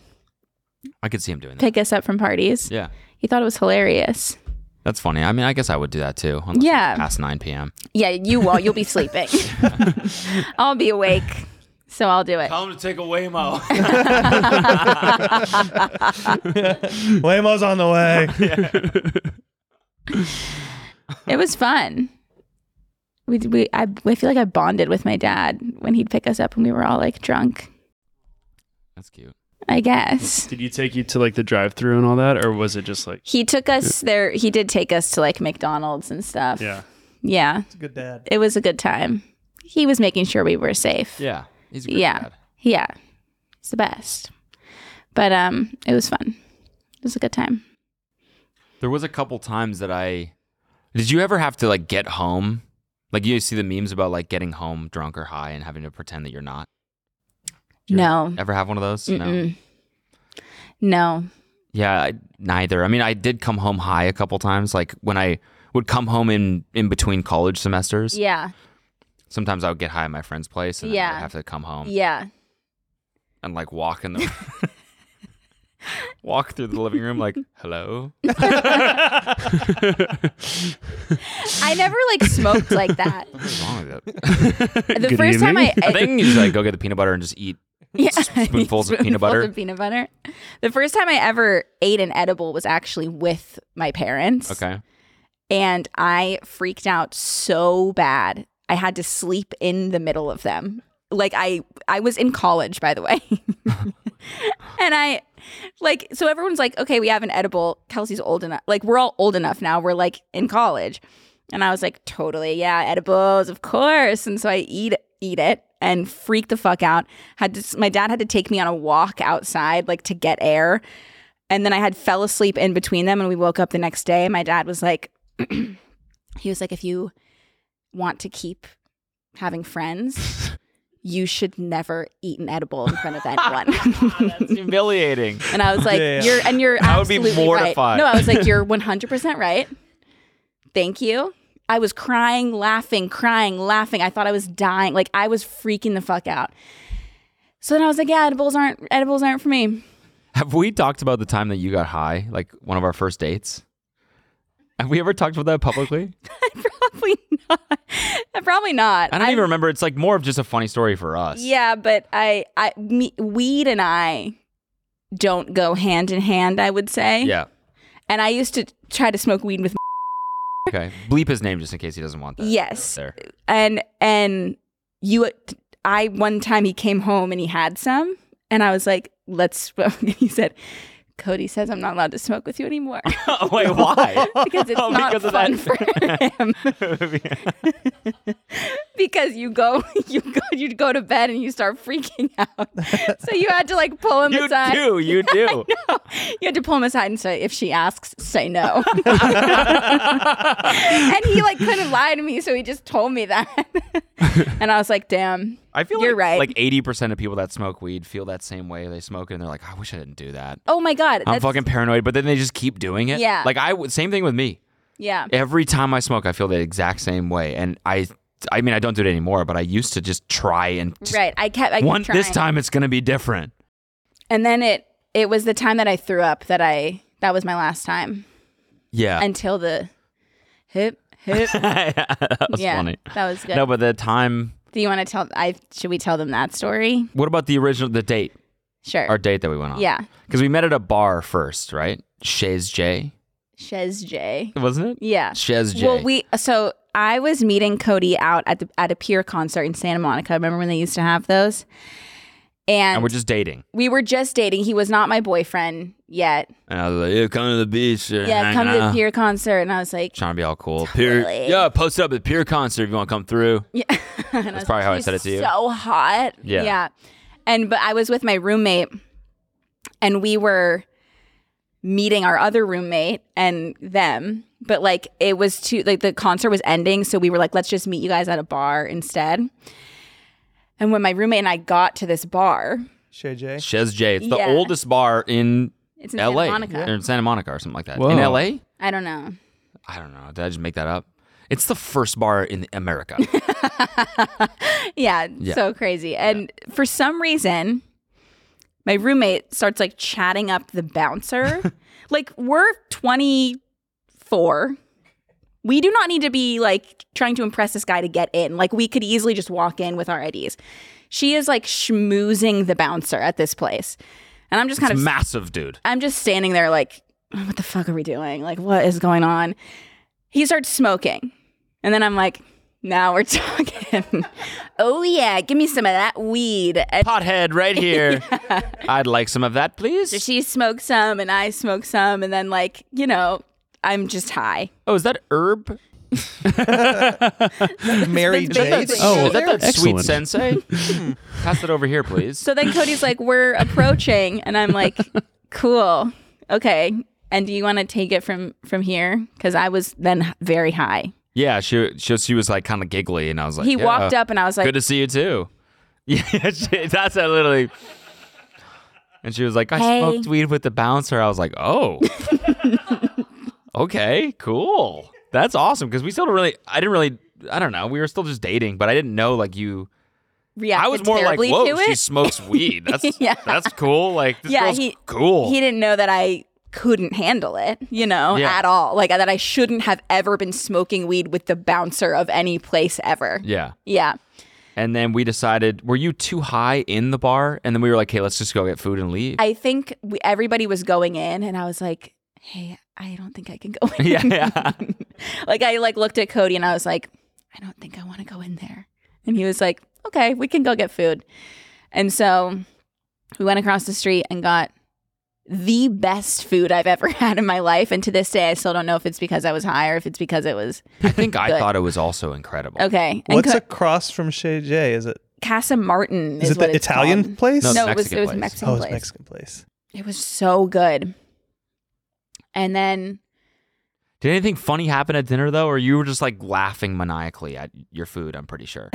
Speaker 1: I could see him doing that.
Speaker 3: Pick us up from parties.
Speaker 1: Yeah.
Speaker 3: He thought it was hilarious.
Speaker 1: That's funny. I mean, I guess I would do that too. Unless it's
Speaker 3: Yeah.
Speaker 1: Past 9 p.m.
Speaker 3: Yeah, you won't. You'll be sleeping. I'll be awake. So I'll do it.
Speaker 1: Tell him to take a Waymo.
Speaker 5: Waymo's on the way.
Speaker 3: It was fun. We, we I, I feel like I bonded with my dad when he'd pick us up and we were all like drunk.
Speaker 1: That's cute.
Speaker 3: I guess
Speaker 4: Did you take you to like the drive-through and all that, or was it just like
Speaker 3: he took us there. He did take us to like McDonald's and stuff.
Speaker 4: yeah?
Speaker 3: yeah,
Speaker 5: It's a good dad.
Speaker 3: it was a good time. He was making sure we were safe.
Speaker 1: Yeah. He's a great
Speaker 3: yeah,
Speaker 1: dad.
Speaker 3: yeah. It's the best. But um, it was fun. It was a good time.
Speaker 1: There was a couple times that I. Did you ever have to like get home? Like you see the memes about like getting home drunk or high and having to pretend that you're not. Did you
Speaker 3: No.
Speaker 1: Ever have one of those? No.
Speaker 3: Mm-mm. No.
Speaker 1: Yeah, I, neither. I mean, I did come home high a couple times. Like when I would come home in in between college semesters.
Speaker 3: Yeah.
Speaker 1: Sometimes I would get high at my friend's place, and yeah. I
Speaker 3: Yeah.
Speaker 1: would have to come home
Speaker 3: Yeah.
Speaker 1: and like walk in the walk through the living room, like hello.
Speaker 3: I never like smoked like that.
Speaker 1: What's wrong with it?
Speaker 3: The
Speaker 4: Good
Speaker 3: first time I,
Speaker 4: evening.
Speaker 1: I think you just like go get the peanut butter and just eat.
Speaker 3: yeah,
Speaker 1: spoonfuls of peanut butter.
Speaker 3: of peanut butter. The first time I ever ate an edible was actually with my parents.
Speaker 1: Okay.
Speaker 3: And I freaked out so bad. I had to sleep in the middle of them. Like I I was in college by the way. and I like so everyone's like, "Okay, we have an edible. Kelsey's old enough. Like we're all old enough now. We're like in college." And I was like, "Totally. Yeah, edibles, of course." And so I eat eat it and freak the fuck out. Had to my dad had to take me on a walk outside like to get air. And then I had fell asleep in between them and we woke up the next day. My dad was like, he was like, if you want to keep having friends, you should never eat an edible in front of
Speaker 1: Oh
Speaker 3: anyone.
Speaker 1: Humiliating.
Speaker 3: and I was like,
Speaker 5: Yeah, yeah.
Speaker 3: you're and you're
Speaker 1: I would be
Speaker 3: absolutely
Speaker 1: mortified.
Speaker 3: Right. No, I was like, you're 100 percent right. Thank you. I was crying, laughing, crying, laughing. I thought I was dying. Like I was freaking the fuck out. So then I was like, yeah, edibles aren't edibles aren't for me.
Speaker 1: Have we talked about the time that you got high, like one of our first dates? Have we ever talked about that publicly?
Speaker 3: Probably not. Probably not.
Speaker 1: I don't
Speaker 3: I'm-
Speaker 1: even remember. It's like more of just a funny story for us.
Speaker 3: Yeah, but I, I, me, weed and I don't go hand in hand. I would say.
Speaker 1: Yeah. Uh,
Speaker 3: And I used to try to smoke weed with,
Speaker 1: Okay. Bleep his name just in case he doesn't want that.
Speaker 3: Yes.
Speaker 1: There.
Speaker 3: and and you, I one time he came home and he had some, and I was like, let's. He said, Cody says I'm not allowed to smoke with you anymore
Speaker 1: Oh, Wait, why?
Speaker 3: because it's
Speaker 1: Oh,
Speaker 3: not
Speaker 1: because of
Speaker 3: fun
Speaker 1: that.
Speaker 3: for him. because you go, you go, you go to bed and you start freaking out. So you had to like pull him
Speaker 1: you
Speaker 3: aside.
Speaker 1: do. You do.
Speaker 3: You had to pull him aside and say, if she asks, say no. and he like couldn't lie to me, so he just told me that. and I was like, damn.
Speaker 1: I feel
Speaker 3: You're
Speaker 1: like
Speaker 3: right.
Speaker 1: like eighty percent of people that smoke weed feel that same way. They smoke it and they're like, I wish I didn't do that.
Speaker 3: Oh my god.
Speaker 1: I'm
Speaker 3: that's-
Speaker 1: fucking paranoid, but then they just keep doing it.
Speaker 3: Yeah.
Speaker 1: Like I would same thing with me.
Speaker 3: Yeah.
Speaker 1: Every time I smoke, I feel the exact same way. And I I mean I don't do it anymore, but I used to just try and just,
Speaker 3: Right. I kept I kept
Speaker 1: one
Speaker 3: trying.
Speaker 1: this time it's gonna be different.
Speaker 3: And then it it was the time that I threw up that I that was my last time.
Speaker 1: Yeah.
Speaker 3: Until the hip hip
Speaker 1: yeah, that was
Speaker 3: yeah,
Speaker 1: funny.
Speaker 3: That was good.
Speaker 1: No, but the time
Speaker 3: Do you want to tell? I should we tell them that story?
Speaker 1: What about the original, the date,
Speaker 3: Sure.
Speaker 1: our date that we went on?
Speaker 3: Yeah.
Speaker 1: Because we met at a bar first, right? Chez J,
Speaker 3: Shez J.
Speaker 1: wasn't it?
Speaker 3: Yeah.
Speaker 1: Chez J.
Speaker 3: Well, we so I was meeting Cody out at the at a pier concert in Santa Monica. Remember when they used to have those? And,
Speaker 1: and we're just dating.
Speaker 3: we were just dating. He was not my boyfriend yet.
Speaker 1: And I was like, yeah, come to the beach.
Speaker 3: Yeah, come to the pier concert, and I was like,
Speaker 1: Trying to be all cool. Pier,
Speaker 3: Totally.
Speaker 1: yeah, post up at the pier concert if you want to come through.
Speaker 3: yeah. That's
Speaker 1: probably how I said it to you.
Speaker 3: So hot.
Speaker 1: Yeah.
Speaker 3: Yeah. And but I was with my roommate, and we were meeting our other roommate and them. But like it was too like the concert was ending, so we were like, let's just meet you guys at a bar instead. And when my roommate and I got to this bar,
Speaker 5: Shay J.
Speaker 1: Chez J. It's the
Speaker 3: Yeah.
Speaker 1: oldest bar in,
Speaker 3: it's in
Speaker 1: LA.
Speaker 3: Santa Monica.
Speaker 1: Or in Santa Monica or something like that.
Speaker 4: Whoa.
Speaker 1: In LA?
Speaker 3: I don't know.
Speaker 1: I don't know. Did I just make that up? It's the first bar in America.
Speaker 3: yeah,
Speaker 1: Yeah.
Speaker 3: so crazy. And for some reason, my roommate starts like chatting up the bouncer. like we're 24. We do not need to be like trying to impress this guy to get in. Like we could easily just walk in with our IDs. She is like schmoozing the bouncer at this place. And I'm just kind
Speaker 1: it's
Speaker 3: of
Speaker 1: massive, dude.
Speaker 3: I'm just standing there like, what the fuck are we doing? Like, what is going on? He starts smoking. And then I'm like, now we're talking. oh, yeah, give me some of that weed. And
Speaker 1: Pothead right here. I'd like some of that, please.
Speaker 3: so she smokes some and I smoke some. And then, like, you know, I'm just high.
Speaker 1: oh, is that herb?
Speaker 5: Mary
Speaker 3: That's
Speaker 5: J.
Speaker 3: basically-
Speaker 4: Oh,
Speaker 1: is that that sweet
Speaker 4: excellent.
Speaker 1: sensei? Hmm. Pass it over here, please.
Speaker 3: So then Cody's like, we're approaching. And I'm like, cool. Okay. And do you want to take it from from here? Because I was then very high.
Speaker 1: yeah, she, she she was like kind of giggly, and I was like,
Speaker 3: He
Speaker 1: yeah,
Speaker 3: walked up and I was like,
Speaker 1: Good to see you too. Yeah, she, that's how literally. And she was like, I
Speaker 3: Hey.
Speaker 1: smoked weed with the bouncer. I was like, oh. okay, cool. That's awesome because we still don't really. I didn't really. I don't know. We were still just dating, but I didn't know like you.
Speaker 3: reacted
Speaker 1: I was more like,
Speaker 3: terribly
Speaker 1: whoa,
Speaker 3: to
Speaker 1: she
Speaker 3: it.
Speaker 1: smokes weed. That's
Speaker 3: Yeah.
Speaker 1: that's cool. Like this
Speaker 3: yeah,
Speaker 1: girl's
Speaker 3: he
Speaker 1: cool.
Speaker 3: He didn't know that I couldn't handle it, you know,
Speaker 1: Yeah.
Speaker 3: at all. Like that I shouldn't have ever been smoking weed with the bouncer of any place ever.
Speaker 1: yeah.
Speaker 3: Yeah.
Speaker 1: And then we decided, were you too high in the bar? And then we were like, hey, let's just go get food and leave.
Speaker 3: I think we, everybody was going in and I was like, "Hey, I don't think I can go in."
Speaker 1: Yeah, yeah.
Speaker 3: like I like looked at Cody and I was like, "I don't think I want to go in there." And he was like, "Okay, we can go get food." And so we went across the street and got the best food I've ever had in my life. And to this day, I still don't know if it's because I was high or if it's because it was
Speaker 1: I think I
Speaker 3: Good.
Speaker 1: thought it was also incredible.
Speaker 3: okay. And
Speaker 5: What's
Speaker 3: Co-
Speaker 5: across from Shay J? Is it
Speaker 3: Casa Martin?
Speaker 5: is,
Speaker 3: Is,
Speaker 5: it
Speaker 3: what
Speaker 5: the
Speaker 3: it's
Speaker 5: Italian
Speaker 3: called.
Speaker 5: place?
Speaker 1: No, it's
Speaker 3: No, it was
Speaker 1: Mexican
Speaker 3: it was
Speaker 1: place.
Speaker 3: Mexican
Speaker 5: oh, it's
Speaker 3: place.
Speaker 5: Mexican place.
Speaker 3: It was so good. And then
Speaker 1: Did anything funny happen at dinner though, or you were just like laughing maniacally at your food? I'm pretty sure.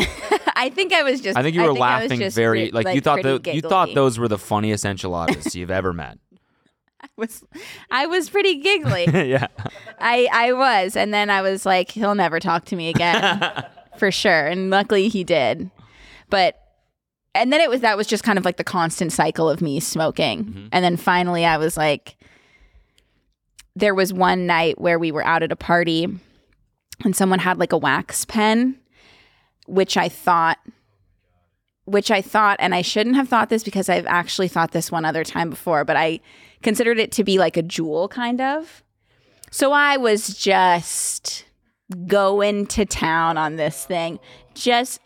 Speaker 3: I think I was just.
Speaker 1: I think you were
Speaker 3: was
Speaker 1: laughing
Speaker 3: just
Speaker 1: very
Speaker 3: re-
Speaker 1: like, you thought
Speaker 3: pretty
Speaker 1: tho- you thought
Speaker 3: giggly.
Speaker 1: those were the funniest enchiladas you've ever met.
Speaker 3: I was, I was pretty giggly.
Speaker 1: yeah,
Speaker 3: I I was, and then I was like, he'll never talk to me again, for sure. And luckily he did, but. And then it was that was just kind of like the constant cycle of me smoking. And then finally I was like there was one night where we were out at a party and someone had like a wax pen which I thought which I thought, and I shouldn't have thought this because I've actually thought this one other time before, but I considered it to be like a jewel kind of. So I was just going to town on this thing, just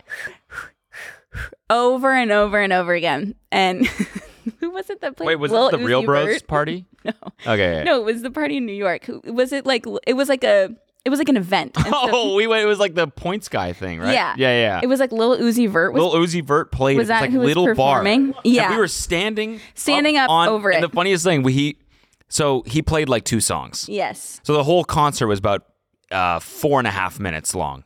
Speaker 3: over and over and over again. And who was it that played?
Speaker 1: wait, was
Speaker 3: Lil
Speaker 1: it the
Speaker 3: Uzi
Speaker 1: Real Bros
Speaker 3: Vert?
Speaker 1: party?
Speaker 3: No,
Speaker 1: Okay,
Speaker 3: no, it was the party in New York. Who- Was it like? It was like a. It was like an event. And so-
Speaker 1: Oh, we went. It was like the points guy thing, right?
Speaker 3: Yeah.
Speaker 1: yeah, yeah.
Speaker 3: it was like Lil Uzi Vert was
Speaker 1: Lil Uzi Vert played.
Speaker 3: was
Speaker 1: it. It's
Speaker 3: that
Speaker 1: like
Speaker 3: who was
Speaker 1: little
Speaker 3: performing?
Speaker 1: bar.
Speaker 3: Yeah.
Speaker 1: and we were standing,
Speaker 3: Standing up
Speaker 1: on,
Speaker 3: over
Speaker 1: and
Speaker 3: it.
Speaker 1: The funniest thing, we he, so he played like two songs.
Speaker 3: yes.
Speaker 1: So the whole concert was about uh, four and a half minutes long.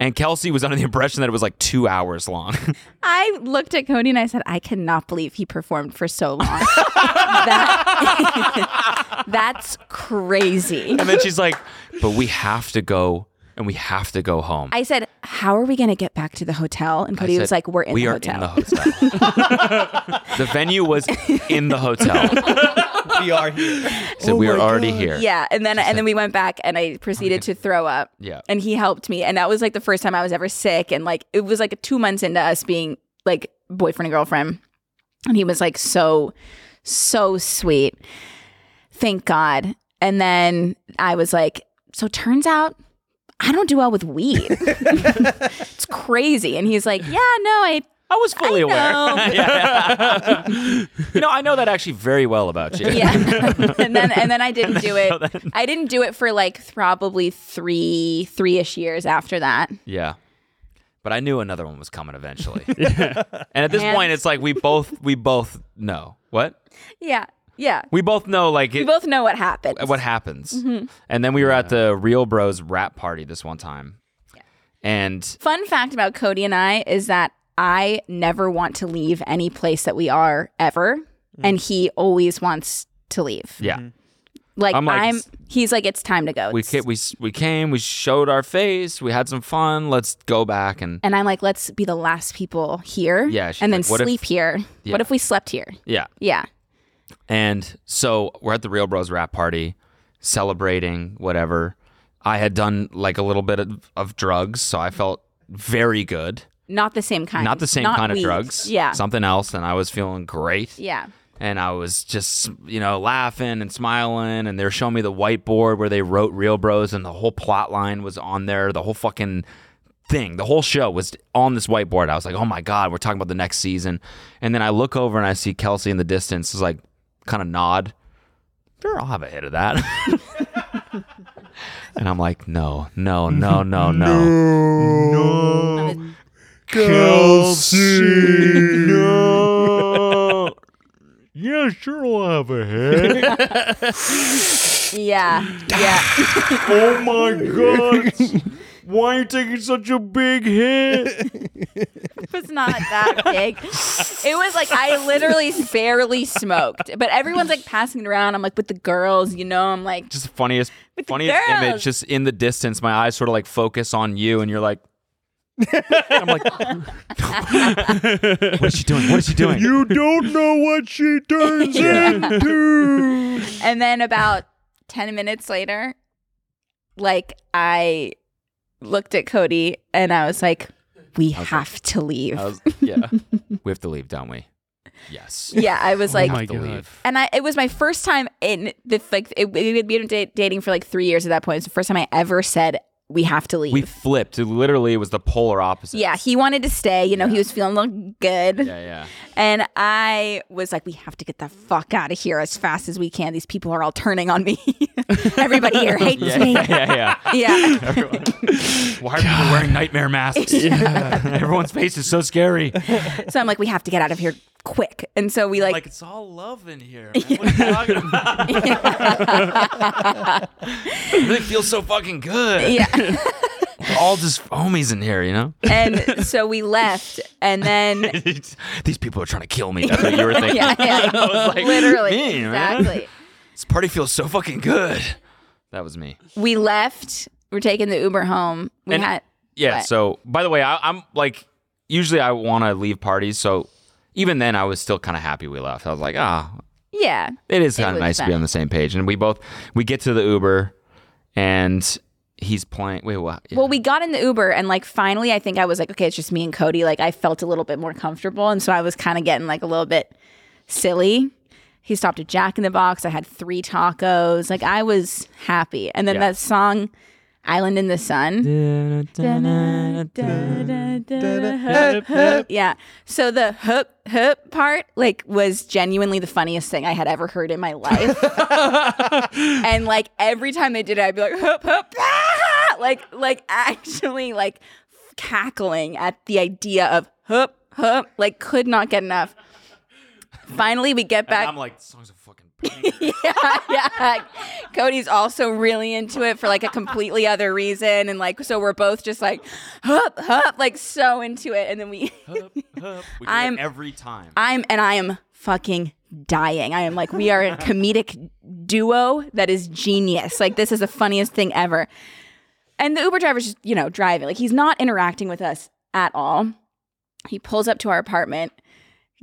Speaker 1: And Kelsey was under the impression that it was like two hours long.
Speaker 3: I looked at Cody and I said, I cannot believe he performed for so long. That- that's crazy.
Speaker 1: and then she's like, but we have to go and we have to go home.
Speaker 3: I said, How are we going to get back to the hotel? And
Speaker 1: I
Speaker 3: Cody was
Speaker 1: said,
Speaker 3: like, We're in
Speaker 1: we
Speaker 3: the
Speaker 1: are
Speaker 3: hotel.
Speaker 1: in the hotel. the venue was in the hotel.
Speaker 5: we are here.
Speaker 1: Said we are already here.
Speaker 3: Oh Yeah, and then and then we went back and I proceeded to throw up.
Speaker 1: Yeah.
Speaker 3: And he helped me and that was like the first time I was ever sick and like it was like 2 months into us being like boyfriend and girlfriend. And he was like so so sweet. Thank God. And then I was like so turns out I don't do well with weed. it's crazy. And he's like, "Yeah, no, I
Speaker 1: I was
Speaker 3: I
Speaker 1: fully aware.
Speaker 3: know."
Speaker 1: you know, I know that actually very well about you.
Speaker 3: Yeah. and then and then I didn't do it. I didn't do it for like probably three three ish years after that.
Speaker 1: Yeah. But I knew another one was coming eventually. and at this
Speaker 3: And-
Speaker 1: point it's like we both we both know. What?
Speaker 3: Yeah. Yeah.
Speaker 1: We both know like
Speaker 3: We
Speaker 1: it, uh,
Speaker 3: both Mm-hmm. know what happened.
Speaker 1: what happens. And then we were at the Real Bros rap party this one time. And
Speaker 3: Fun fact about Cody and I is that I never want to leave any place that we are ever, and he always wants to leave.
Speaker 1: Hmm. yeah,
Speaker 3: Like
Speaker 1: I'm
Speaker 3: I'm,
Speaker 1: like-
Speaker 3: he's like, it's time to go.
Speaker 1: we
Speaker 3: It's-
Speaker 1: ca- we s- we came, we showed our face, we had some fun. Let's go back and
Speaker 3: and I'm like, let's be the last people here.
Speaker 1: Yeah, she's
Speaker 3: and then
Speaker 1: like, what if-
Speaker 3: sleep here.
Speaker 1: Yeah.
Speaker 3: What if we slept here?
Speaker 1: yeah.
Speaker 3: Yeah.
Speaker 1: And so we're at the Real Bros rap party, celebrating whatever. I had done like a little bit of, of drugs, so I felt very good.
Speaker 3: Not the same kind.
Speaker 1: Not the same kind
Speaker 3: weed.
Speaker 1: of drugs.
Speaker 3: Yeah.
Speaker 1: Something else. And I was feeling great.
Speaker 3: yeah.
Speaker 1: And I was just, you know, laughing and smiling. And they were showing me the whiteboard where they wrote Real Bros and the whole plot line was on there. The whole fucking thing, the whole show was on this whiteboard. I was like, oh my God, we're talking about the next season. And then I look over and I see Kelsey in the distance, is like, kind of nod. Sure, I'll have a hit of that. and I'm like, no, no, no, no, no.
Speaker 4: Kelsey. Yeah, sure, I'll have a head.
Speaker 3: Yeah. Yeah.
Speaker 4: oh my god. Why are you taking such a big hit?
Speaker 3: It was not that big. It was like I literally barely smoked. But everyone's like passing it around. I'm like with the girls, you know, I'm like
Speaker 1: Just funniest,
Speaker 3: With the
Speaker 1: funniest
Speaker 3: girls.
Speaker 1: image. Just in the distance, my eyes sort of like focus on you, and you're like, I'm like, what is she doing? What is she doing?
Speaker 4: You don't know what she turns into.
Speaker 3: and then about 10 minutes later, like I looked at Cody and I was like, we have to leave.
Speaker 1: I was- yeah, we have to leave, don't we? Yes.
Speaker 3: yeah, I was like,
Speaker 4: oh my
Speaker 1: to
Speaker 4: god.
Speaker 1: leave.
Speaker 3: and I it was my first time in the like it, we had been da- dating for like three years at that point. It's the first time I ever said we have to leave.
Speaker 1: We flipped. It literally was the polar opposite.
Speaker 3: yeah, he wanted to stay. You know, he was feeling a little good.
Speaker 1: Yeah, yeah.
Speaker 3: And I was like, we have to get the fuck out of here as fast as we can. These people are all turning on me. Everybody here hates
Speaker 1: Yeah,
Speaker 3: me.
Speaker 1: yeah, yeah, yeah.
Speaker 3: Yeah.
Speaker 1: Everyone- Why are people wearing nightmare masks? Everyone's face is so scary.
Speaker 3: So I'm like, we have to get out of here quick. And so we like,
Speaker 1: Like it's all love in here. man. What are you talking about? It really feels so fucking good.
Speaker 3: yeah.
Speaker 1: We're all just homies in here, you know?
Speaker 3: and so we left. And then
Speaker 1: These people are trying to kill me. That's what you were thinking.
Speaker 3: yeah, yeah.
Speaker 1: I was like,
Speaker 3: literally,
Speaker 1: "Man, man,
Speaker 3: exactly.
Speaker 1: This party feels so fucking good. That was me.
Speaker 3: We left. We're taking the Uber home. We
Speaker 1: And-
Speaker 3: had
Speaker 1: Yeah.
Speaker 3: What?
Speaker 1: So, by the way, I, I'm like, usually I want to leave parties. So, even then, I was still kind of happy we left. I was like, ah,
Speaker 3: yeah,
Speaker 1: it is kind
Speaker 3: was
Speaker 1: of nice to be
Speaker 3: fun.
Speaker 1: on the same page. And we both we get to the Uber, and he's playing. Wait, what? Yeah.
Speaker 3: Well, we got in the Uber and like finally I think I was like, okay, it's just me and Cody. Like I felt a little bit more comfortable. And so I was kind of getting like a little bit silly. He stopped at Jack in the Box. I had three tacos. Like I was happy. And then
Speaker 1: Yeah.
Speaker 3: that song, Island in the Sun. yeah. So the hoop hoop part like was genuinely the funniest thing I had ever heard in my life. and like every time they did it, I'd be like, hoop, hoop, ah! like, like actually like cackling at the idea of hoop, hoop, like could not get enough. Finally, we get
Speaker 1: And
Speaker 3: back.
Speaker 1: I'm like, this song's a fucking. banger."
Speaker 3: yeah. Cody's also really into it for like a completely other reason. And like, so we're both just like, hup, hup, like so into it. And then we,
Speaker 1: We do it
Speaker 3: I'm-
Speaker 1: every time.
Speaker 3: I'm, and I am fucking dying. I am like, we are a comedic duo that is genius. Like, this is the funniest thing ever. And the Uber driver's just, you know, driving. Like, he's not interacting with us at all. He pulls up to our apartment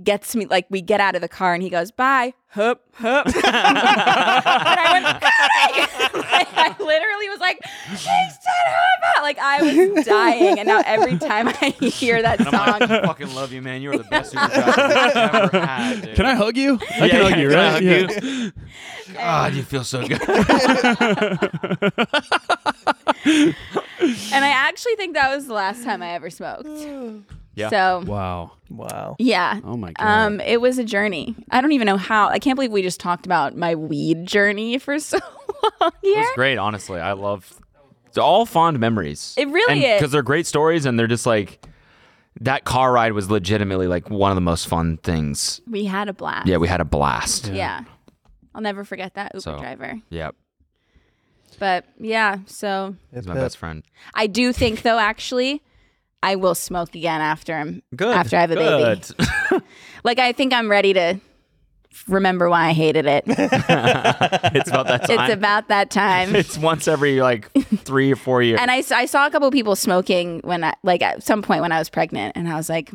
Speaker 3: gets me like we get out of the car and he goes bye hup hup and I went "Coming!" like, I literally was like she said hup like I was dying and now every time I hear that
Speaker 1: I'm like,
Speaker 3: song
Speaker 1: fucking love you, man. You're the best super I've ever had. Dude.
Speaker 4: Can I hug you? I
Speaker 1: Yeah,
Speaker 4: can hug
Speaker 1: yeah,
Speaker 4: you,
Speaker 1: can I
Speaker 4: right?
Speaker 1: hug
Speaker 4: Yeah.
Speaker 1: you? God, Ah, you feel so good.
Speaker 3: and I actually think that was the last time I ever smoked
Speaker 1: Yeah.
Speaker 3: so
Speaker 4: Wow.
Speaker 5: Wow.
Speaker 3: yeah
Speaker 4: Oh my god.
Speaker 3: um it was a journey I don't even know how I can't believe we just talked about my weed journey for so long here
Speaker 1: It's great, honestly. I love it's all fond memories.
Speaker 3: It really is.
Speaker 1: because they're great stories, and they're just like that car ride was legitimately like one of the most fun things.
Speaker 3: we had a blast
Speaker 1: Yeah, we had a blast.
Speaker 3: yeah I'll never forget that Uber
Speaker 1: So-
Speaker 3: driver
Speaker 1: Yep.
Speaker 3: But yeah, so
Speaker 1: He's my best friend.
Speaker 3: I do think though actually I will smoke again after I'm
Speaker 1: Good.
Speaker 3: after I have a baby.
Speaker 1: Good.
Speaker 3: Like I think I'm ready to remember why I hated it. it's
Speaker 1: it's about that time. It's,
Speaker 3: about that time.
Speaker 1: once every like three or four years.
Speaker 3: and I, s- I saw a couple people smoking when I like at some point when I was pregnant and I was like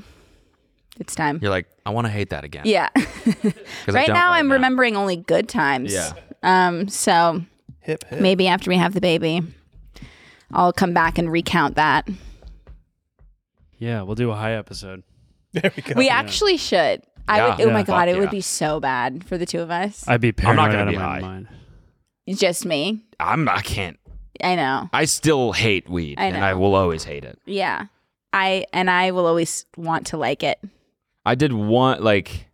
Speaker 3: it's time.
Speaker 1: You're like, I want to hate that again.
Speaker 3: Yeah.
Speaker 1: 'Cause I
Speaker 3: right
Speaker 1: don't
Speaker 3: now I'm remembering only good times.
Speaker 1: Yeah.
Speaker 3: Um so
Speaker 5: Hip hip.
Speaker 3: maybe after we have the baby I'll come back and recount that.
Speaker 4: yeah, we'll do a high episode.
Speaker 5: There we go.
Speaker 3: We actually should. I
Speaker 1: Yeah.
Speaker 3: would. Oh
Speaker 4: Yeah.
Speaker 3: my god,
Speaker 1: Fuck
Speaker 3: it would
Speaker 1: yeah.
Speaker 3: be so bad for the two of us.
Speaker 4: I'd be
Speaker 1: I'm
Speaker 4: paranoid
Speaker 1: not gonna
Speaker 4: out of
Speaker 1: be
Speaker 4: my
Speaker 1: high.
Speaker 4: mind.
Speaker 3: Just me.
Speaker 1: I'm. I can't.
Speaker 3: I know.
Speaker 1: I still hate weed,
Speaker 3: I
Speaker 1: and
Speaker 3: know.
Speaker 1: I will always hate it.
Speaker 3: Yeah. I and I will always want to like it.
Speaker 1: I did one like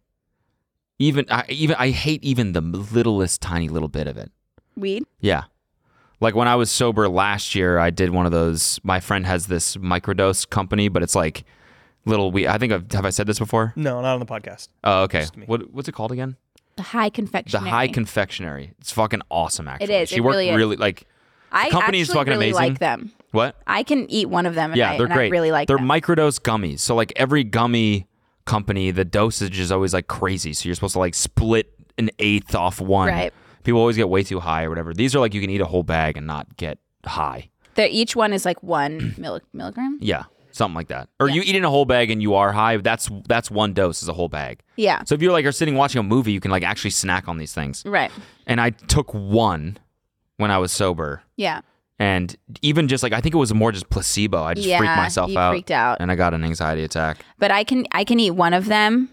Speaker 1: even I even I hate even the littlest tiny little bit of it.
Speaker 3: Weed.
Speaker 1: Yeah. Like when I was sober last year, I did one of those. My friend has this microdose company, but it's like little we I think I've, have I said this before?
Speaker 5: no, not on the podcast.
Speaker 1: Oh, okay.
Speaker 5: Just me.
Speaker 1: What what's it called again?
Speaker 3: The high
Speaker 1: The
Speaker 3: confectionery.
Speaker 1: High Confectionery. It's fucking awesome actually.
Speaker 3: is.
Speaker 1: She
Speaker 3: It
Speaker 1: worked
Speaker 3: really is.
Speaker 1: like
Speaker 3: I
Speaker 1: company is
Speaker 3: actually
Speaker 1: fucking
Speaker 3: really
Speaker 1: amazing.
Speaker 3: like them.
Speaker 1: what?
Speaker 3: I can eat one of them. And
Speaker 1: yeah,
Speaker 3: I,
Speaker 1: they're
Speaker 3: and
Speaker 1: great.
Speaker 3: I really like
Speaker 1: they're
Speaker 3: them.
Speaker 1: microdose gummies. So like every gummy company, the dosage is always like crazy. So you're supposed to like split an eighth off one.
Speaker 3: Right.
Speaker 1: People always get way too high or whatever. These are like you can eat a whole bag and not get high.
Speaker 3: They're- each one is like one milli- milligram.
Speaker 1: Yeah, something like that. Or you eat in a whole bag and you are high. That's that's one dose is a whole bag.
Speaker 3: Yeah.
Speaker 1: So if you're like are sitting watching a movie, you can like actually snack on these things.
Speaker 3: Right.
Speaker 1: And I took one when I was sober.
Speaker 3: Yeah.
Speaker 1: And even just like I think it was more just placebo. I just
Speaker 3: Yeah,
Speaker 1: freaked myself
Speaker 3: you
Speaker 1: out,
Speaker 3: freaked out.
Speaker 1: and I got an anxiety attack.
Speaker 3: But I can I can eat one of them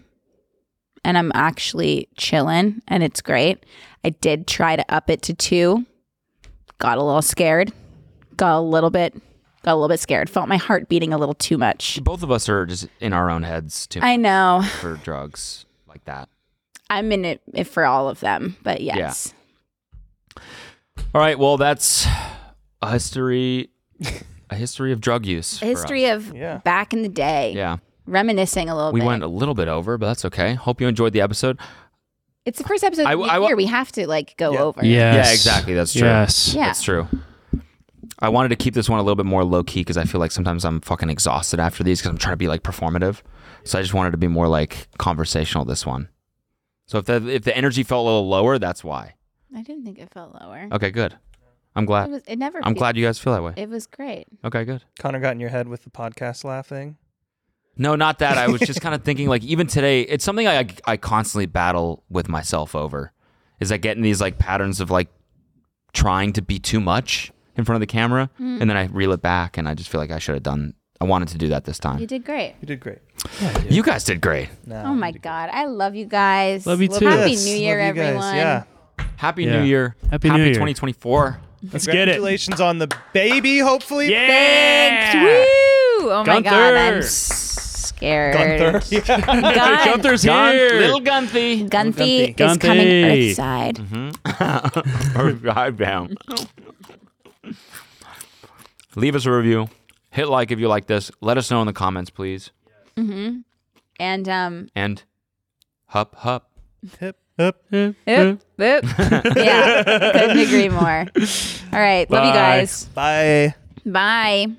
Speaker 3: and I'm actually chilling and it's great. I did try to up it to 2. Got a little scared. Got a little bit got a little bit scared. Felt my heart beating a little too much.
Speaker 1: Both of us are just in our own heads too
Speaker 3: I know.
Speaker 1: for drugs like that.
Speaker 3: I'm in it, it for all of them, but yes.
Speaker 1: All right, well that's a history, a history of drug use.
Speaker 3: A
Speaker 1: for
Speaker 3: History
Speaker 1: us.
Speaker 3: of
Speaker 5: Yeah.
Speaker 3: back in the day.
Speaker 1: yeah.
Speaker 3: Reminiscing a little
Speaker 1: We
Speaker 3: bit.
Speaker 1: went a little bit over, but that's okay. Hope you enjoyed the episode.
Speaker 3: it's the first episode
Speaker 1: I-
Speaker 3: of the
Speaker 1: I wa-
Speaker 3: year. We have to like go over.
Speaker 4: Yes.
Speaker 1: Yeah, exactly. That's true.
Speaker 4: Yes.
Speaker 3: Yeah.
Speaker 1: That's true. I wanted to keep this one a little bit more low key because I feel like sometimes I'm fucking exhausted after these because I'm trying to be like performative. So I just wanted to be more like conversational this one. So if the if the energy felt a little lower, that's why.
Speaker 3: I didn't think it felt lower.
Speaker 1: Okay, good. I'm
Speaker 3: It
Speaker 1: glad.
Speaker 3: was it never
Speaker 1: Oh, I'm
Speaker 3: fe-
Speaker 1: glad you guys feel that way.
Speaker 3: it was great.
Speaker 1: Okay, good.
Speaker 5: Connor got in your head with the podcast laughing.
Speaker 1: No, not that. I was just kind of thinking like even today, it's something I I constantly battle with myself over. Is I get in these like patterns of like trying to be too much in front of the camera, and then I reel it back, and I just feel like I should have done. I wanted to do that this time.
Speaker 3: You did great.
Speaker 5: You did great.
Speaker 1: You guys did great.
Speaker 3: Oh my god, I love you guys.
Speaker 4: Love you too.
Speaker 3: Happy
Speaker 5: Yes,
Speaker 3: New Year,
Speaker 5: love you guys.
Speaker 3: everyone.
Speaker 5: Yeah.
Speaker 1: Happy
Speaker 4: Yeah.
Speaker 1: New Year.
Speaker 4: Happy New Year.
Speaker 1: 2024.
Speaker 4: Let's get it.
Speaker 5: Congratulations on the baby, hopefully.
Speaker 4: Yeah.
Speaker 3: Thanks. Woo! Oh my god,
Speaker 4: Gunther.
Speaker 3: I'm s- scared.
Speaker 5: Gunther. Yeah.
Speaker 3: Gun-
Speaker 4: Gunther's
Speaker 1: Gun-
Speaker 4: here.
Speaker 1: little Gunthy.
Speaker 3: Gunthy,
Speaker 4: Gunthy.
Speaker 3: is coming
Speaker 4: Gunthy.
Speaker 3: earthside.
Speaker 1: Mm-hmm. I am. Leave us a review. Hit like if you like this. Let us know in the comments, please.
Speaker 3: And um,
Speaker 1: And hup hup.
Speaker 5: Hip, hip.
Speaker 3: oop, oop. yeah, couldn't agree more. All right, love you
Speaker 4: Bye.
Speaker 3: guys.
Speaker 5: Bye.
Speaker 3: Bye.